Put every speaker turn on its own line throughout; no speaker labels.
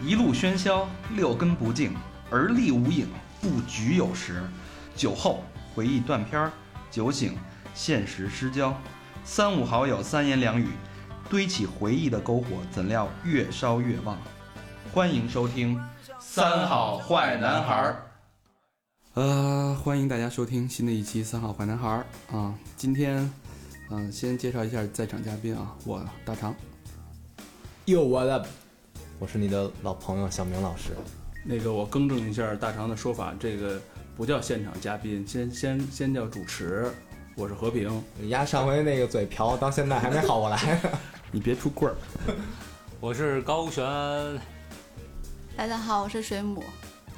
一路喧嚣，六根不净，而立无影，不局有时。酒后回忆断片儿，酒醒现实失焦。三五好友三言两语，堆起回忆的篝火，怎料越烧越旺。欢迎收听《三好坏男孩儿
呃，欢迎大家收听新的一期《三好坏男孩》儿》啊！今天，嗯、先介绍一下在场嘉宾啊，我大长，
哟，我的
我是你的老朋友小明老师。
那个，我更正一下大长的说法，这个不叫现场嘉宾，先先先叫主持。我是和平，
丫上回那个嘴瓢到现在还没好过来，
你别出棍儿，
我是高璇，
大家好，我是水母，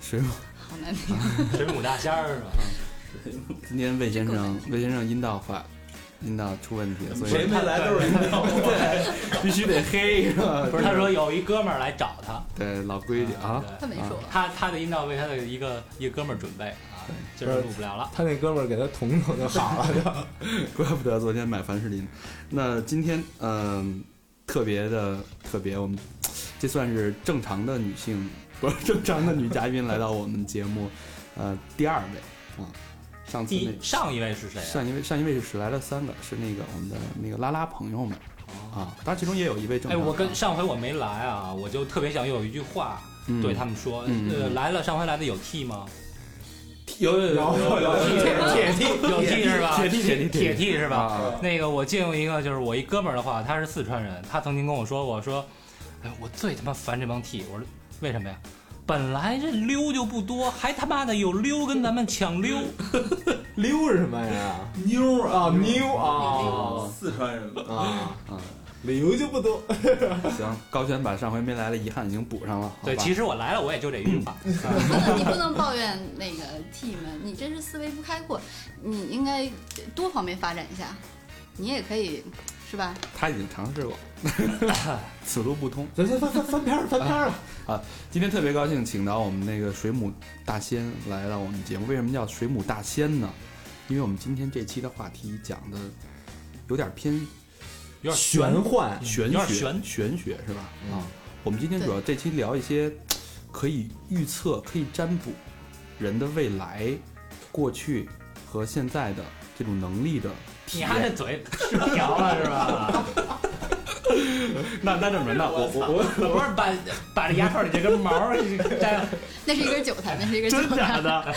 水母。
好难听。
水母大仙儿嘛，
今天魏先
这够
生
难，
魏先生阴道坏，阴道出问题了，所以
没来都是领导。
必须得黑是吧？
不是他说有一哥们儿来找他，
对老规矩啊，
他没说，
他他的阴道为他的一个一个哥们儿准备啊，今儿录不了了。
他那哥们儿给他捅捅就好了，就
怪不得昨天买凡士林。那今天，嗯、特别的特别，我们这算是正常的女性，不是正常的女嘉宾来到我们节目，呃，第二位啊。上次
第
那
一上一位是谁啊？
上一位上一位是来了三个，是那个我们的那个拉拉朋友们啊，当然其中也有一位正
哎，
常的。
我跟上回我没来啊，我就特别想有一句话
嗯
对他们说，
嗯
呃，
嗯
来了上回来的有 T 吗？
有有有有有
铁 T 有 T 是吧？
铁 T 铁 T
铁 T 是吧？
啊，
那个我借用一个，就是我一哥们儿的话，他是四川人，他曾经跟我说过，说，哎，我最他妈烦这帮 T，我说为什么呀？本来这溜就不多，还他妈的有溜跟咱们抢溜，
溜是什么呀？
妞儿
啊，妞啊
四川人了。
啊
啊！
理由就不多，
行，高璇把上回没来的遗憾已经补上了。好
对，
吧
其实我来了，我也就这一句 话。
你不能抱怨那个 T 们，你这是思维不开阔，你应该多方面发展一下，你也可以，是吧？
他已经尝试过， 此路不通。
咱咱翻翻翻篇儿翻篇儿了，
今天特别高兴，请到我们那个水母大仙来到我们节目。为什么叫水母大仙呢？因为我们今天这期的话题讲的有点偏
有点
玄幻
玄
嗯有点
学，
玄
玄学是吧？
嗯
啊，我们今天主要这期聊一些可以预测、可以占卜人的未来、过去和现在的这种能力的体
你丫这
验。
嘴失调了是吧？
那那这么着，那我我我
我不是把把这牙套里这根毛儿 摘了，
那是一根韭菜，那是一根韭菜。
的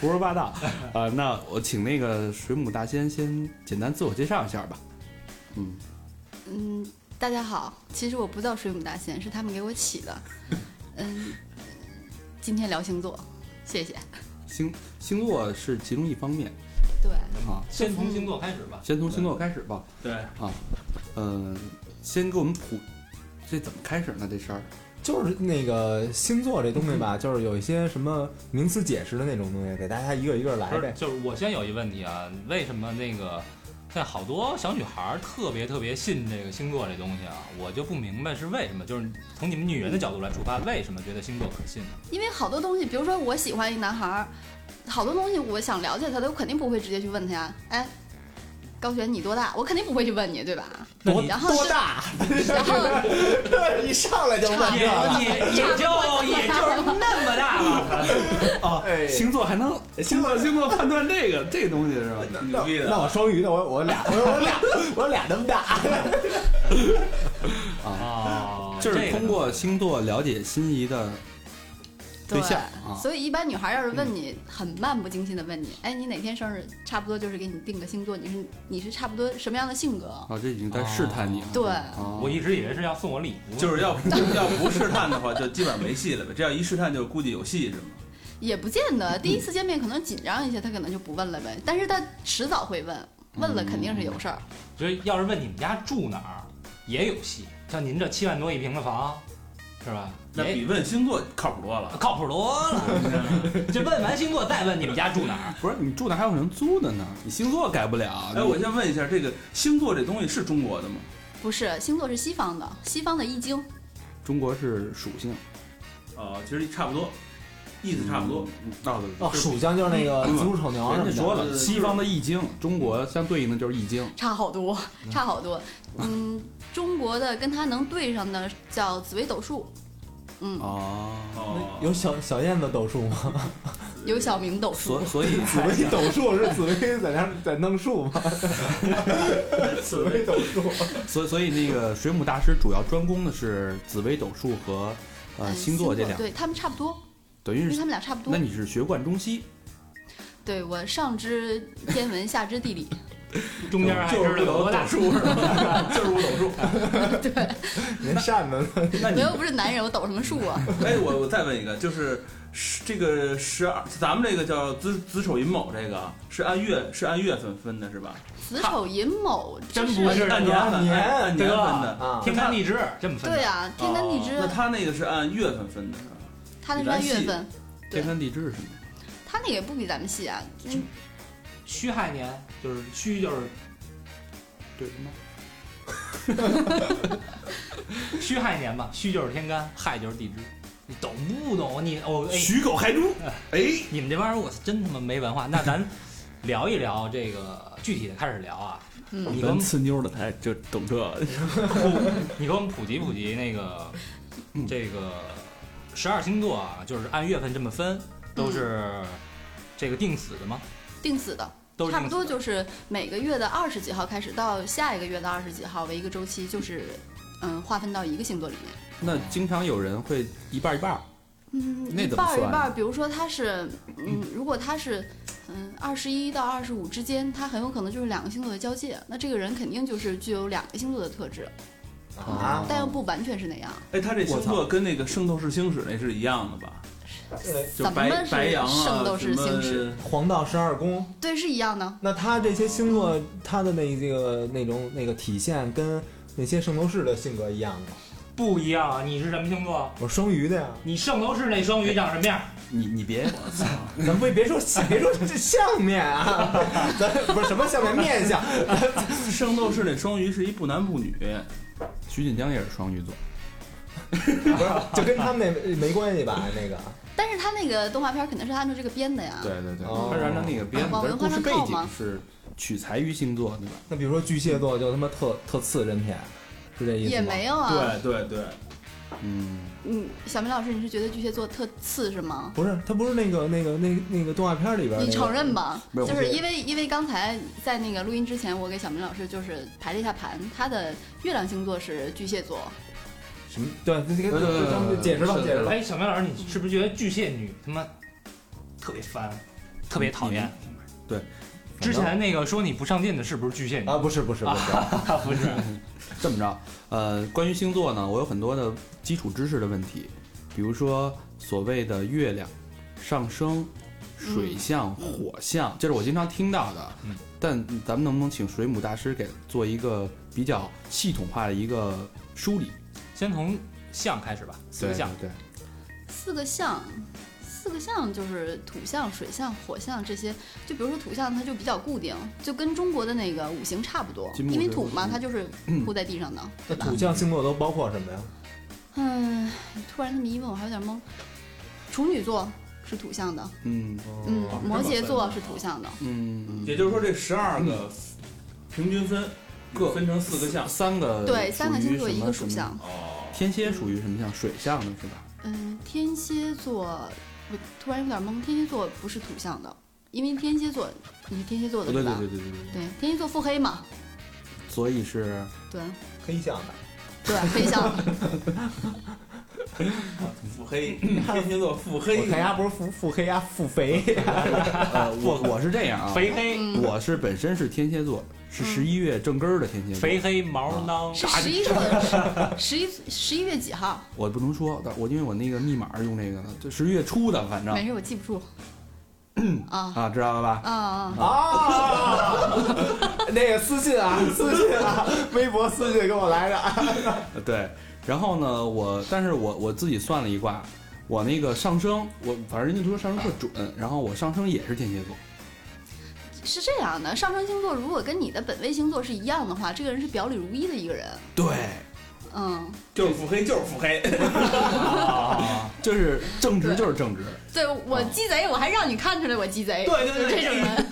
胡说八道 啊、那我请那个水母大仙先简单自我介绍一下吧。嗯，
嗯，大家好，其实我不叫水母大仙，是他们给我起的。嗯，今天聊星座，谢谢。
星星座是其中一方面
对，
啊，
先从星座开始吧。
先从星座开始吧。
对，
嗯、先给我们普，这怎么开始呢？这事儿
就是那个星座这东西吧，就是有一些什么名词解释的那种东西，给大家一个一个来
不是
呗，。
就是我先有一问题啊，为什么那个现在好多小女孩儿特别特别信这个星座这东西啊？我就不明白是为什么，就是从你们女人的角度来出发，为什么觉得星座可信呢？
因为好多东西，比如说我喜欢一男孩儿，好多东西我想了解他的，我肯定不会直接去问他呀。哎，高璇你多大？我肯定不会去问你，对吧？
多
然后
多
是
大？
然后
一上来就问
啊
差不
也
这
多
个，
也也就也就是那么大了，
啊
哎
星座还能星座星座判断这个这个东西是吧？
牛逼的，
那我双鱼的，我我俩我我俩我俩那么大，
哦，
就是通过星座了解心仪的对象啊。
所以一般女孩要是问你，很漫不经心的问你，哎，你哪天生日？差不多就是给你定个星座，你是你是差不多什么样的性格？
啊，这已经在试探你了。
对
啊
哦
我一直以为是要送我礼物，
就是要要不试探的话，就基本上没戏了呗。这要一试探，就估计有戏是吗？
也不见得，第一次见面可能紧张一些，她可能就不问了呗。
嗯
但是她迟早会问，问了肯定是有事儿。
就是要是问你们家住哪儿，也有戏。像您这七万多一平的房，是吧？
那
也
比问星座靠谱多了。
靠谱多了。 这问完星座再问你们家住哪儿，
不是你住哪还有人租的呢？你星座改不了。
哎，我先问一下，这个星座这东西是中国的吗？
不是，星座是西方的，西方的易经。
中国是属性，
哦，其实差不多，意思差不多。
嗯。到的
哦，属相就是那个子午丑牛什
嗯人
么
家
的。
说
对对
了，
对
西方的易经，中国相对应的就是易经。
差好多， 差好多。嗯，中国的跟它能对上的叫紫微斗数，嗯，
哦，
哦，
有小小燕子抖数吗？
有小明抖数
所，所以
紫薇抖数是紫薇在那在弄数 吗？紫薇抖 数，
所以所以那个水母大师主要专攻的是紫微斗数和呃
哎
星座这两，
对他们差不多，
等
因
于
为
是
他们俩差不多
那。你是学贯中西，
对我上知天文，下知地理，
中间还知道有多大 数 是吗？
就是我抖 数。
您扇子
那
我
你
又不是男人，我抖什么数啊？
哎，我我再问一个，就是十这个十二，咱们这个叫子子丑寅卯，这个是按月是按月份分的是吧？
子丑寅卯，
真
这
不
是
是
按年份，
哎
年
按按年
对吧
分的。
啊，
天干地支这么分的。
对啊，天干地支，
哦
那他那个是按月份分的是吧？
他那是按月份，对
天干地支是什么？
他那个也不比咱们细啊。嗯
戌亥年就是戌就是
对 吗？
戌亥年嘛，戌就是天干，亥就是地支。你懂不懂？你哦，哎，
许狗亥猪，哎，
你们这帮人我真他妈没文化。那咱聊一聊这个具体的，开始聊啊。
嗯，
你给我们
呲妞的才就懂这，
你给我们普及普及那个这个十二星座啊，就是按月份这么分，
嗯
都是这个定死的吗？
定死的，
都是
差不
定死
多
的
就是每个月的二十几号开始，到下一个月的二十几号为一个周期，就是嗯划分到一个星座里面。
那经常有人会一半儿一半儿，
嗯，
那
一
怎么
半儿一
算
半儿，比如说他是，嗯，如果他是，嗯，二十一到二十五之间，他很有可能就是两个星座的交界，那这个人肯定就是具有两个星座的特质，
啊，
但又不完全是那样。
哎，他这星座跟那个圣斗士星矢那是一样的吧？就
怎么
白
是
白羊啊，
圣斗士星矢？
什么
黄道十二宫，
对，是一样的。
那他这些星座，他的那这个那种那个体现跟那些圣斗士的性格一样吗？
不一样啊！你是什么星座？
我是双鱼的呀，
你圣斗士那双鱼长什么样？
你你别
咱不别说 别说这相面啊，咱不是什么相面面相，
圣斗士那双鱼是一不男不女，
徐锦江也是双鱼座，
不是就跟他们那没关系吧？那个
但是他那个动画片儿肯定是按照这个编的呀。
对对
哦
他是按照那个编的，
往
但是故事
文化上
背
靠
景
吗
是取材于星座，对吧？
那比如说巨蟹座就他妈特特次人品，是这意思吗？
也没有啊。
对对对，
嗯，
嗯，小明老师，你是觉得巨蟹座特次是吗？
不是，他不是那个那个那个那个动画片里边、那个，
你承认吧，
没有
就
我
是因为因为刚才在那个录音之前，我给小明老师就是排了一下盘，他的月亮星座是巨蟹座，
什么？对，
对
这
对对
个
对
解释吧，
是的
解释吧。
哎，小明老师，你是不是觉得巨蟹女他妈特别烦，特别讨厌？
嗯
对，
之前那个说你不上进的是不是巨蟹女？
啊，不是不是不是，
啊，不是，
这么着，呃，关于星座呢，我有很多的基础知识的问题，比如说所谓的月亮、上升、水
嗯
象、火象，这是我经常听到的。
嗯
但咱们能不能请水母大师给做一个比较系统化的一个梳理？
先从象开始吧，四个象。
对，
四个象，四个象就是土象、水象、火象这些。就比如说土象，它就比较固定，就跟中国的那个五行差不多，
金木
因为
水
土
火
嘛，
土嗯
它就是铺在地上的。
那土象星座都包括什么呀？
嗯，突然这么一问，我还有点懵。处女座是土象的，
嗯
嗯，摩羯
这么
座
分
是土象的，
嗯，
也就是说这十二个平均分
各
分成四个象。
三个
对，三个星座一个属
呃属于啊什么。什么
相。
哦，
天蝎属于什么象？水象的是吧？
嗯，天蝎座，我突然有点懵，天蝎座不是土象的，因为天蝎座你是天蝎座的
对对
是吧？
哦对对对对对。
对天蝎座腹黑嘛，
所以 是
对
黑象的。
对，啊 黑象。
腹黑，天蝎座腹黑
我看鸭不是腹腹黑鸭腹肥，
呃，我我是这样啊，
肥黑，
嗯，
我是本身是天蝎座，是
嗯
十一月正根儿的天蝎座。
肥黑毛囊，
是十一月，十一十一月几号？
我不能说，但我因为我那个密码是用那个的，这十一月初的，反正
没事，我记不住。啊
啊，知道了吧？
啊啊！
啊，那个私信啊，私信啊，微博私信给我来着。
呃对。然后呢，我但是我我自己算了一卦，我那个上升，我反正人家都说上升特准，然后我上升也是天蝎座，
是这样的，上升星座如果跟你的本位星座是一样的话，这个人是表里如一的一个人。
对，
嗯，
就是腹黑，就是腹黑。
就是正直
对
就是正直，
对我鸡贼，我还让你看出来我鸡贼，
对对
就
对
这种人。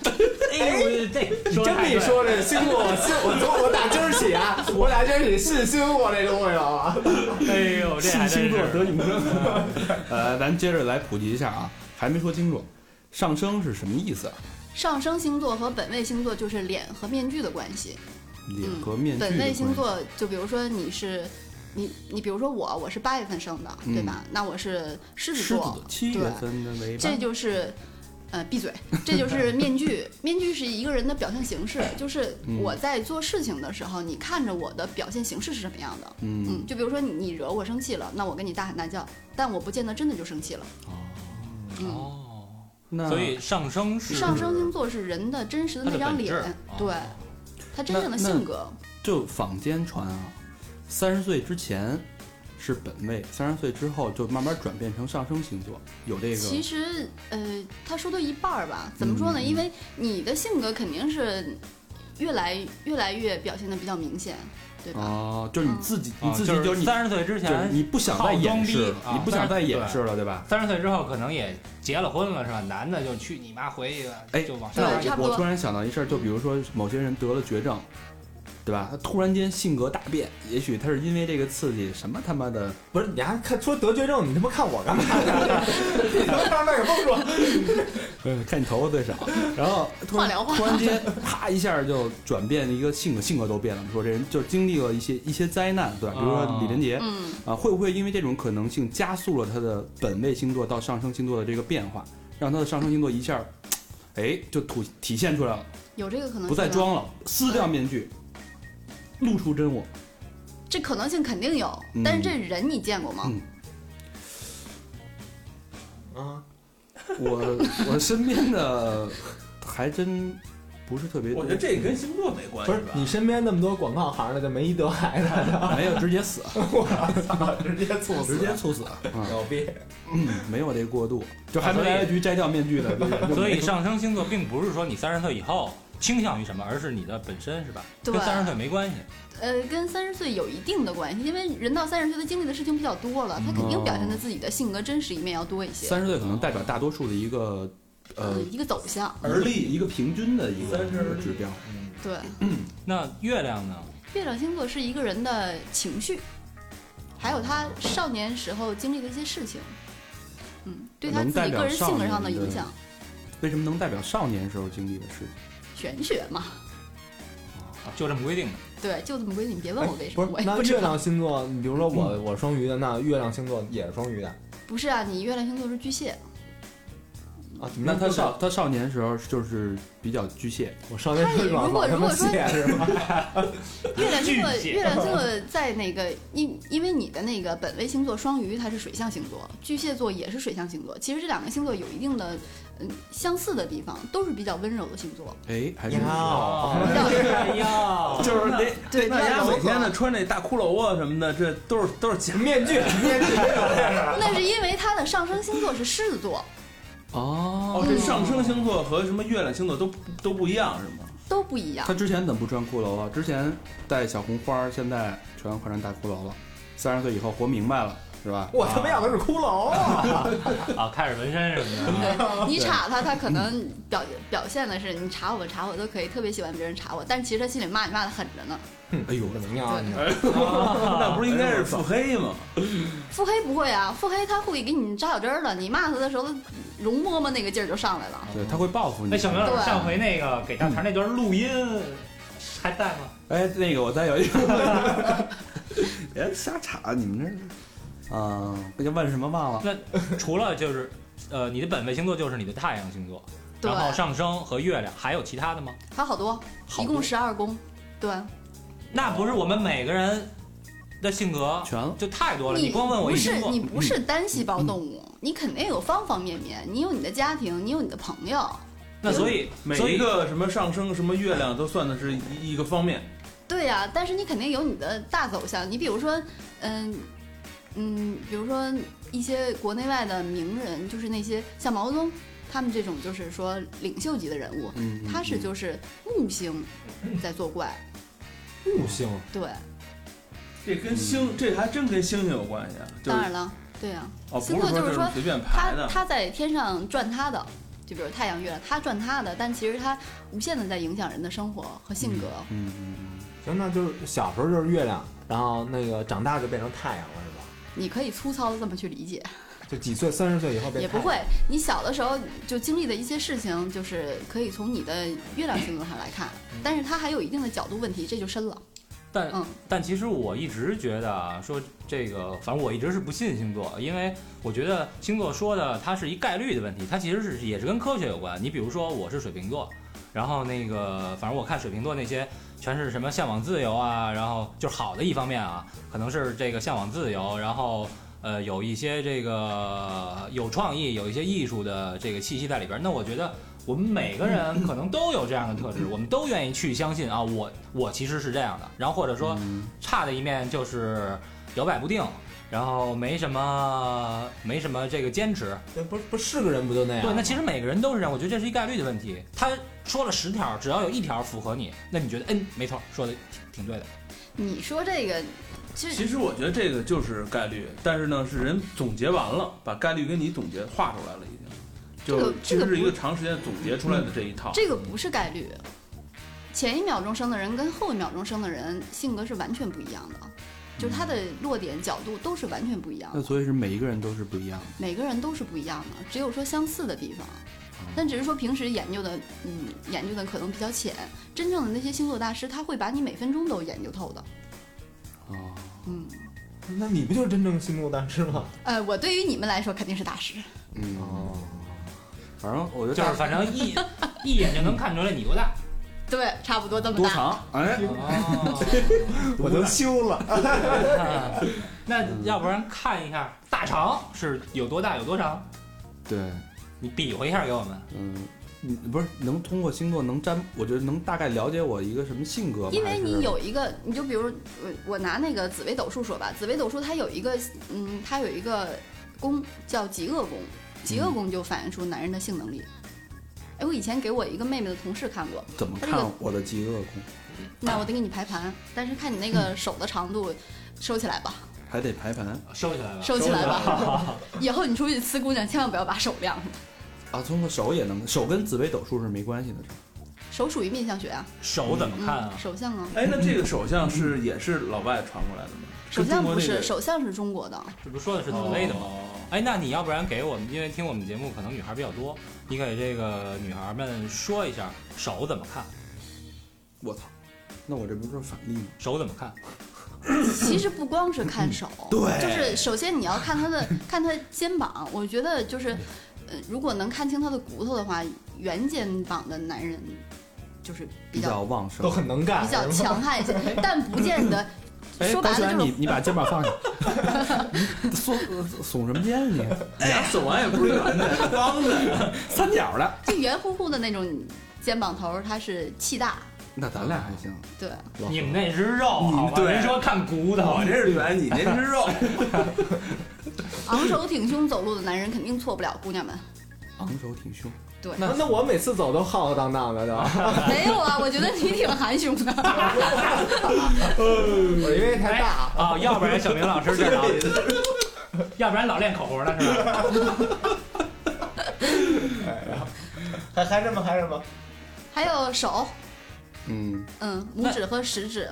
哎呦，这
你这么一，说，这星座，我心我从我打今儿起啊，我俩真是信星座这东西啊！
哎呦，这还真
星座
是
得永生。呃，咱接着来普及一下啊，还没说清楚，上升是什么意思啊？
上升星座和本位星座就是脸和面具的关系。
脸
嗯
和 面具的关系、
本位星座就比如说你是，你你比如说我，我是八月份生的，对吧？那我是狮
嗯
子
狮子
座，
座七月份的尾巴
这，就是，呃，闭嘴，这就是面具。面具是一个人的表现形式，就是
嗯
我在做事情的时候，你看着我的表现形式是什么样的。
嗯
嗯，就比如说你你惹我生气了，那我跟你大喊大叫，但我不见得真的就生气了。
哦
嗯，
哦，
那
所以上升是
上升星座是人的真实的
它的
那张
本质
脸，
哦
对他真正的
那那
性格。
就坊间传啊，三十岁之前是本位，三十岁之后就慢慢转变成上升星座，有这个
其实，呃，他说对一半儿吧，怎么说呢？
嗯
因为你的性格肯定是越来越来越表现的比较明显，对吧？
哦，就是你自己、
啊
你自己
就是
就是你。
三十岁之
就是
前，
你不想再掩饰了
好装，逼啊
你不想再掩饰了，对吧？
三十岁之后可能也结了婚了，是吧？男的就去你妈回去了，
哎
就往
对
上
那
拉。
差不
我
多
我突然想到一事儿，就比如说某些人得了绝症，对吧？他突然间性格大变，也许他是因为这个刺激，什么他妈的
不是你还看说得绝症，你他妈看我干嘛呀？ 你他妈让麦克风说，
呃，看你头发最少，然后突
话
然
聊话
突然间啪一下就转变一个性格，性格都变了。你说这人就经历了一些一些灾难，对吧？比如说
啊
李连杰
嗯，
啊，会不会因为这种可能性加速了他的本位星座到上升星座的这个变化，让他的上升星座一下，哎，就体体现出来了，
有这个可能性。
不再，装了，撕掉面具，露出真我。
这可能性肯定有，
嗯
但是这人你见过吗？
嗯
啊，
我我身边的还真不是特别多，
我觉得这跟星座没关
不
系
是
吧？
你身边那么多广告行的，就没一得癌的，
没有直接死，
直接猝
直
死，
接猝死。嗯
牛逼！
嗯，没有这 过度，就还没
所以
来得及摘掉面具呢。就是
所以上升星座并不是说你三十岁以后倾向于什么，而是你的本身是吧？
对
跟三十岁没关系。
呃，跟三十岁有一定的关系，因为人到三十岁，他经历的事情比较多了，他肯定表现的自己的性格真实一面要多一些，
嗯三十岁可能代表大多数的一个呃
呃，一个走向。
而立一个平均的一个
三十而立
指标。
对，
那月亮呢？
月亮星座是一个人的情绪，还有他少年时候经历的一些事情，嗯，对他
能
自
代
己
表
个人性格上
少
的
年的
影响，
为什么能代表少年时候经历的事
嗯
情？
玄学嘛。
啊就这么规定的。
对，就这么规定，你别问我为什
不
么，
哎
是
我也
那
不知
月
道。
亮星座，你比如说我我双鱼的，那月亮星座也是双鱼的
不是啊，你月亮星座是巨蟹，
啊？怎么
那他
都是
少他少年时候就是比较巨蟹，
我少年时
他
候
如果
老他
如
妈
果说
蟹是吧？
月亮星座，
巨蟹
月亮星 座在那个因因为你的那个本位星座双鱼，它是水象星座，巨蟹座也是水象星座。其实这两个星座有一定的嗯相似的地方，都是比较温柔的星座。
哎，还是
呀，
比较
哦哎呀，
就是那
对
那
比较
家
柔
每天
和
的穿那大骷髅啊什么的，这都是都是假
面具，面具，
那是因为它的上升星座是狮子座，
哦，
哦。
嗯
这上升星座和什么月亮星座都不都不一样是吗？
都不一样
他。之前怎么不穿骷髅啊？之前戴小红花，现在全换成大骷髅了。三十岁以后活明白了，是吧？
我他妈要的是骷髅啊！
啊，开始纹身什么的啊。
对你查他，他可能表表现的是你查我查我都可以，特别喜欢别人查我，但其实他心里骂你骂的狠着呢。
哎呦，
怎么
啊
样？啊你
那不是应该是腹黑吗？
腹黑不会啊，腹黑他会给你扎小针儿的，你骂他的时候，容嬷嬷那个劲儿就上来了。
对，他会报复你。
那哎小明老
对
师上回那个给大肠那段录音还在吗？
哎，那个我再有一个， 别瞎插，你们这啊，那就问什么忘了？
除了就是，呃，你的本位星座就是你的太阳星座，
对
然，后上升和月亮，还有其他的吗？
还有好多，
好多
一共十二宫。对，
那不是我们每个人的性格
全了。
就太多哦了，你光问
不
我一嗯
是
星座
你，不是单细胞动物，你肯定有方方面面，你有你的家庭，你有你的朋友，
那所以
每
所
一
以
个什么上升什么月亮都算的是一一个方
嗯
面。
对呀、但是你肯定有你的大走向。你比如说，嗯嗯，比如说一些国内外的名人，就是那些像毛泽东他们这种，就是说领袖级的人物，
嗯，
他是就是木星在作怪。
木星，
对，
嗯
这跟星，这还真跟星星有关系啊！就是
当然了，对呀、
哦，
星
不
座
是说这
就是说
随便
他
排的，
他在天上转他的，就比如太阳、月亮，他转他的，但其实他无限的在影响人的生活和性格。
嗯嗯嗯，
行，那就是小时候就是月亮，然后那个长大就变成太阳了，是吧？
你可以粗糙的这么去理解，
就几岁，三十岁以后变
也
太
不
阳。
会。你小的时候就经历的一些事情，就是可以从你的月亮星座上来看，但是它还有一定的角度问题，这就深了。
但
嗯，
但其实我一直觉得啊，说这个，反正我一直是不信星座，因为我觉得星座说的它是一概率的问题，它其实是也是跟科学有关。你比如说我是水瓶座，然后那个反正我看水瓶座那些全是什么向往自由啊，然后就是好的一方面啊，可能是这个向往自由，然后呃有一些这个有创意，有一些艺术的这个气息在里边儿。那我觉得。我们每个人可能都有这样的特质，我们都愿意去相信啊，我我其实是这样的。然后或者说，
嗯
差的一面就是摇摆不定，然后没什么没什么这个坚持。
对，不是不是个人不就那样吗？
对，那其实每个人都是这样，我觉得这是一概率的问题。他说了十条，只要有一条符合你，那你觉得嗯，没错，说的挺挺对的。
你说这个，其实
其实我觉得这个就是概率，但是呢，是人总结完了，把概率跟你总结画出来了，已经，就
这
其
个
实是一个长时间总结出来的这一套。
这个不是概率。前一秒钟生的人跟后一秒钟生的人性格是完全不一样的，就是他的落点角度都是完全不一样的
那。所以是每一个人都是不一样的。
每个人都是不一样的，只有说相似的地方，
嗯
但只是说平时研究的，嗯，研究的可能比较浅。真正的那些星座大师，他会把你每分钟都研究透的。
哦，
嗯，
那你不就是真正星座大师吗？
呃，我对于你们来说肯定是大师，
嗯，
哦，
反正我觉得
就是反正一一眼就能看出来你多大。
对，差不多这么
多
大。
长，哎，
哦，
我都修了。
那要不然看一下大肠是有多大有多长，
对，
你比划一下给我们。
嗯，你不是能通过星座能占，我觉得能大概了解我一个什么性格吗？
因为
还是
你有一个，你就比如我我拿那个紫微斗数说吧，紫微斗数它有一个，嗯，它有一个宫叫极恶宫，极恶宫就反映出男人的性能力。
嗯
哎，我以前给我一个妹妹的同事看过，
怎么
他这
看
个
我的极恶宫，
那我得给你排盘，但是看你那个手的长度，收起来吧，
还得排盘
嗯收起来吧，
收起来吧。以后你出去呲姑娘，千万不要把手晾上，
啊，通过手也能，手跟紫微斗数是没关系的，是吧
手属于面相学啊，
手怎么看啊
嗯，？手相啊，
哎，那这个首相是也是老外传过来的吗？
手
跟中
相
国
不
那个
是，手相是中国的，
这不说的是紫薇的吗？
哦
哎，那你要不然给我们，因为听我们节目可能女孩比较多，你给这个女孩们说一下手怎么看，
我操，那我这不是反例吗？
手怎么看？
其实不光是看手，
对
就是首先你要看他的看他肩膀，我觉得就是，呃，如果能看清他的骨头的话，圆肩膀的男人就是比
比
较
较旺盛。
都很能干，
比较
是吧。
强悍一些，但不见得。
哎，
说
白
白了
雪，
就是
你你把肩膀放下，你耸耸什么肩啊你？
哎呀，手完也不是圆 的，是方的。
三角的，
就圆乎乎的那种肩膀头儿，它是气大，
那咱俩还行。
对，
你们那是肉，好吧？
对
人说看骨头
我， 这是圆，你那是肉。
昂首挺胸走路的男人肯定错不了姑娘 们。
昂首挺胸，
那那我每次走都浩浩荡荡的，对吧？
没有啊，我觉得你挺含胸的。
我因为太大，
啊、要不然小明老师这道， 要不然老练口活了是吧？
还还什么还什么？
还有手，
嗯，
嗯，拇指和食指，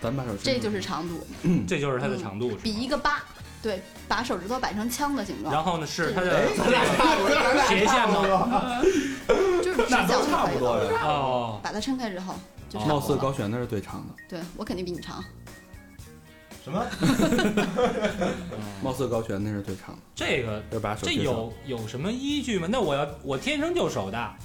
咱把手伸出来
这就是长度，
嗯这就是它的长度，
比一个八，对，把手指头摆成枪的形状，
然后呢是它的
咱俩
斜线吗？
就是直角就可以了。
哦，
把它撑开之后，就差
貌
不多
似
了。
高璇的是最长的，
对我肯定比你长，
什么？
貌似高璇那是最长的，
这个
就是把手
这
伸上
有有什么依据吗？那我要我天生就手大，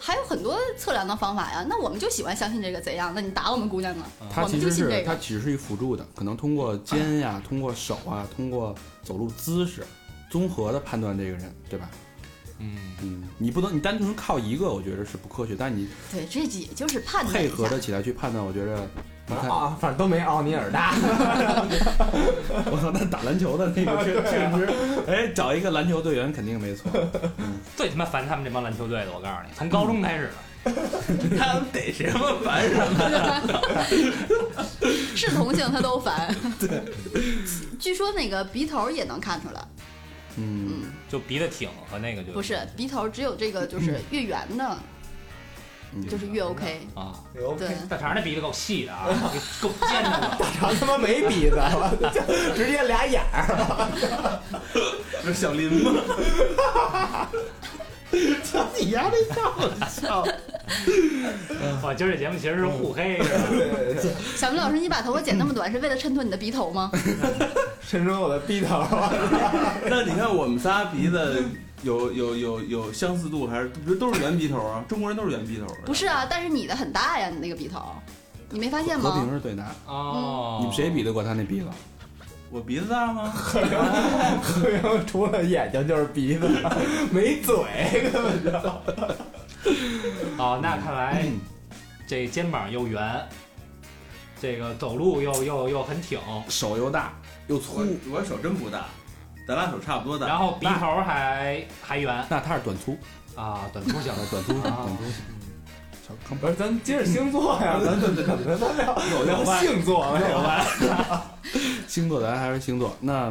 还有很多测量的方法呀。那我们就喜欢相信这个贼样，那你打我们姑娘呢？
它
我们
其
就
实
信这
是
个
它其实是一辅助的，可能通过肩呀、通过手啊、通过走路姿势，综合的判断这个人，对吧？
嗯，
嗯，你不能你单纯靠一个，我觉得是不科学，但你
对，这也就是判断
配
一
合
下
的。起来去判断，我觉得你看，
啊，反正都没奥尼尔大。
我操，那打篮球的那个确 确实，哎，找一个篮球队员肯定没错。
最他妈烦他们这帮篮球队的，我告诉你，从高中开始。嗯
他们逮什么烦人？
是同性他都 烦。对，据说那个鼻头也能看出来，
嗯，
就鼻子挺和那个就
嗯
不是鼻头只有这个就是越圆的，就是越 OK。
啊。
对 OK，
对，
大肠那鼻子够 细的啊，够尖的了。
长他妈没鼻子了，直接俩眼儿。
这小林吗？
你丫这操！
哇，今儿这节目其实是互黑，是吧？
对对对，
小明老师，你把头发剪那么短是为了衬托你的鼻头吗？
伸出我的鼻头，
那你看我们仨鼻子有有有有相似度，还是不是都是圆鼻头啊？中国人都是圆鼻头的。
不是啊，但是你的很大呀，你那个鼻头，你没发现
和
吗？
平是最大，
哦，
你们谁比得过他那鼻子？
我鼻子大吗？
除了眼睛就是鼻子，没嘴。
哦，那看来
哎
嗯
这肩膀又圆，这个走路又又又很挺，
手又大又粗
我，
嗯
我手真不大，咱俩手差不多大。
然后鼻头还还圆
那他是短粗，呃
啊，短粗型 的。
短粗型，
啊
短粗型。小康
不是，咱接着星座
嗯
呀，咱咱咱咱聊
有
聊星座没有？
星座，咱还是星座。那，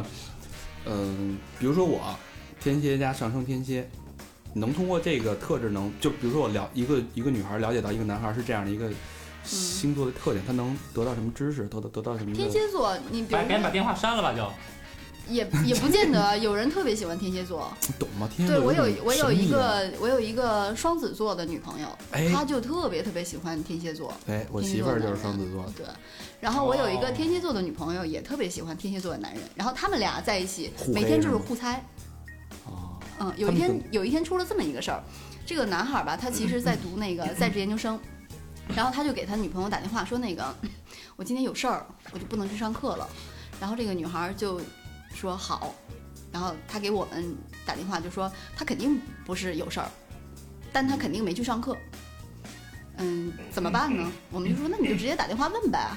嗯、比如说我，天蝎加上升天蝎，你能通过这个特质能，就比如说我了一个一个女孩了解到一个男孩是这样的一个星座的特点，他能得到什么知识，得到得到什么？
天蝎座，你比
把
如
赶紧把
说
电话删了吧，就
也也不见得，有人特别喜欢天蝎座。
懂吗？天蝎
对
座
我有
种
我有
神秘
一
的，
个我有一个双子座的女朋友，
哎
她就特别特别喜欢天蝎座。
哎，我媳妇儿就是双子座，
对，然后我有一
哦
个天蝎座的女朋友，也特别喜欢天蝎座的男人，然后他们俩在一起
互，黑
每天就是是
吗
互猜。
啊，
嗯，有一
他
天
们
有一天出了这么一个事儿，这个男孩儿吧，他其实在读 那个在职研究生，然后他就给他女朋友打电话说那个我今天有事儿，我就不能去上课了。然后这个女孩儿就说好，然后他给我们打电话就说他肯定不是有事儿，但他肯定没去上课。嗯，怎么办呢？我们就说那你就直接打电话问呗。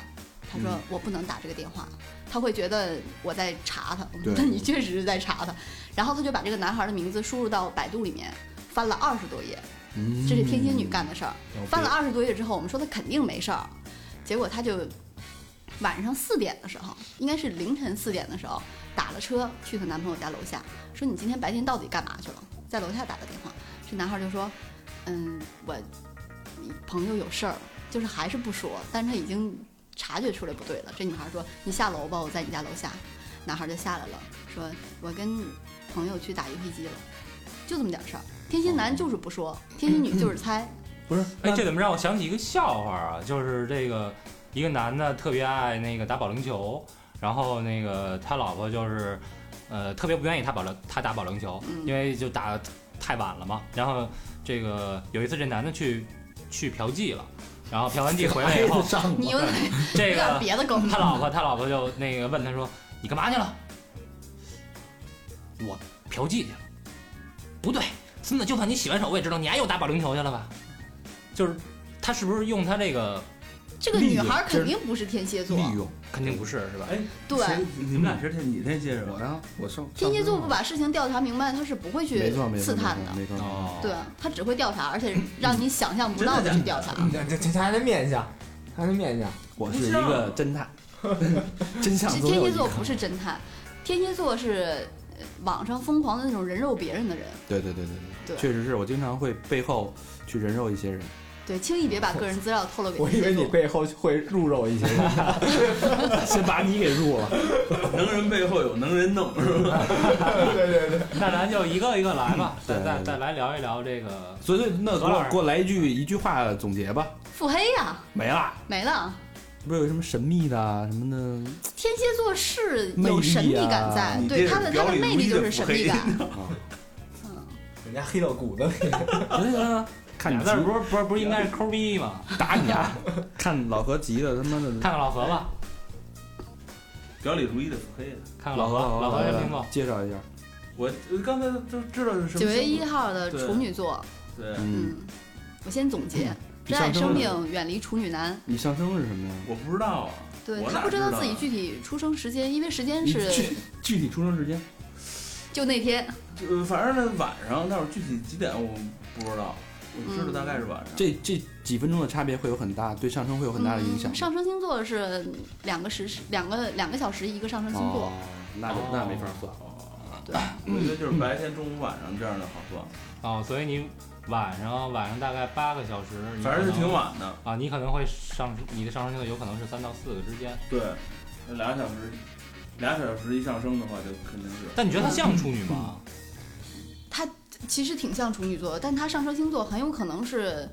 他说我不能打这个电话，他会觉得我在查他。我们说
对
你确实是在查他。然后他就把这个男孩的名字输入到百度里面，翻了二十多页，
嗯
这是天蝎女干的事儿。
嗯
翻了二十多页之后，我们说他肯定没事儿，结果他就晚上四点的时候，应该是凌晨四点的时候，打了车去她男朋友家楼下，说你今天白天到底干嘛去了？在楼下打的电话，这男孩就说，嗯，我朋友有事儿，就是还是不说，但是他已经察觉出来不对了。这女孩说，你下楼吧，我在你家楼下。男孩就下来了，说我跟朋友去打游戏机了，就这么点事儿。天蝎男就是不说，天蝎女就是猜。
不是？
哎，
那
这怎么让我想起一个笑话啊？就是这个一个男的特别爱那个打保龄球，然后那个他老婆就是呃特别不愿意他保龄他打保龄球，
嗯
因为就打太晚了嘛。然后这个有一次这男的去去嫖妓了，然后嫖完妓回
哎
来以后，
你有点
这
有点
个
别的梗
他老婆他老婆就那个问他说：“你干嘛去了？”我嫖妓去了。不对，孙子，就算你洗完手，我也知道你还又打保龄球去了吧？就是他是不是用他这个？
这个
利
女
用
孩
这
肯
是
定不是天蝎座，
利用嗯
肯定不是，是吧？
哎，
对
谁啊你们俩谁天你天蝎是吧
我？呀，我上
天蝎座不把事情调查明白，他是不会
没
去
错没错没错
刺探的。
没错，
哦，
对，他只会调查，而且让你想象不到的去调查。
这这这还的面相，还的面相，
我是一个侦探， 真相
其实
总
天
有
蝎
一
座
个
不是侦探，天蝎座是呃网上疯狂的那种人肉别人的人，
对对对对
对
确实是我经常会背后去人肉一些人。
对，轻易别把个人资料透露给
我
天
以为
蝎
你
座。
背后会入肉一些，
先把你给入了。
能人背后有能人弄，
那咱就一个一个来吧，
对
再再
对对
再来聊一聊这个。
所以那给
何老
我
师
给我来一句一句话总结吧，
腹黑呀、
没了。
没了。
不是有什么神秘的啊什么 的？
天蝎座是
魅力
有
啊
神秘感在，
你这
对
是
他的
表
他的
里
魅
如一
力
的
就是
腹
神
黑
秘感。
啊
嗯
人家黑到骨子里。
行行行，看
俩
你
字儿
急
不是不是不是应该是抠逼吗？
打你啊！ 看老何急的他妈的，
看看老何吧，
表里如一的腹黑的。
看看老何，
何
老何
来
有
来
听过？
介绍一下。
我我刚才都知道是什么星座。
九月一号的
对
处女座，
对，
嗯，
嗯，我先总结：
你
珍爱
上
生
升是
命，远离处女男。
你上升是什么呀？
我不知道啊。
对
我
他
哪
不知道
知道
自己
啊
具体出生时间，因为时间
你
是
具具体出生时间？
啊就那天。
呃，反正呢晚上，但是具体几点我不知道，我知道大概是晚上。
这这几分钟的差别会有很大，对上升会有很大的影响
嗯。。上升星座是两个时两个两个小时一个上升星座，
哦，那就那
嗯
没法算。
哦，我觉得就是白天、中午、晚上这样的好算。
哦，所以你晚上晚上大概八个小时，
嗯
你
反
可
正是
能
挺晚的。
啊，你可能会上你的上升星座有可能是三到四个之间。
对，那俩小时，俩小时一上升的话，就肯定是
但你觉得她像处女吗？
其实挺像处女座的，但她上升星座很有可能是，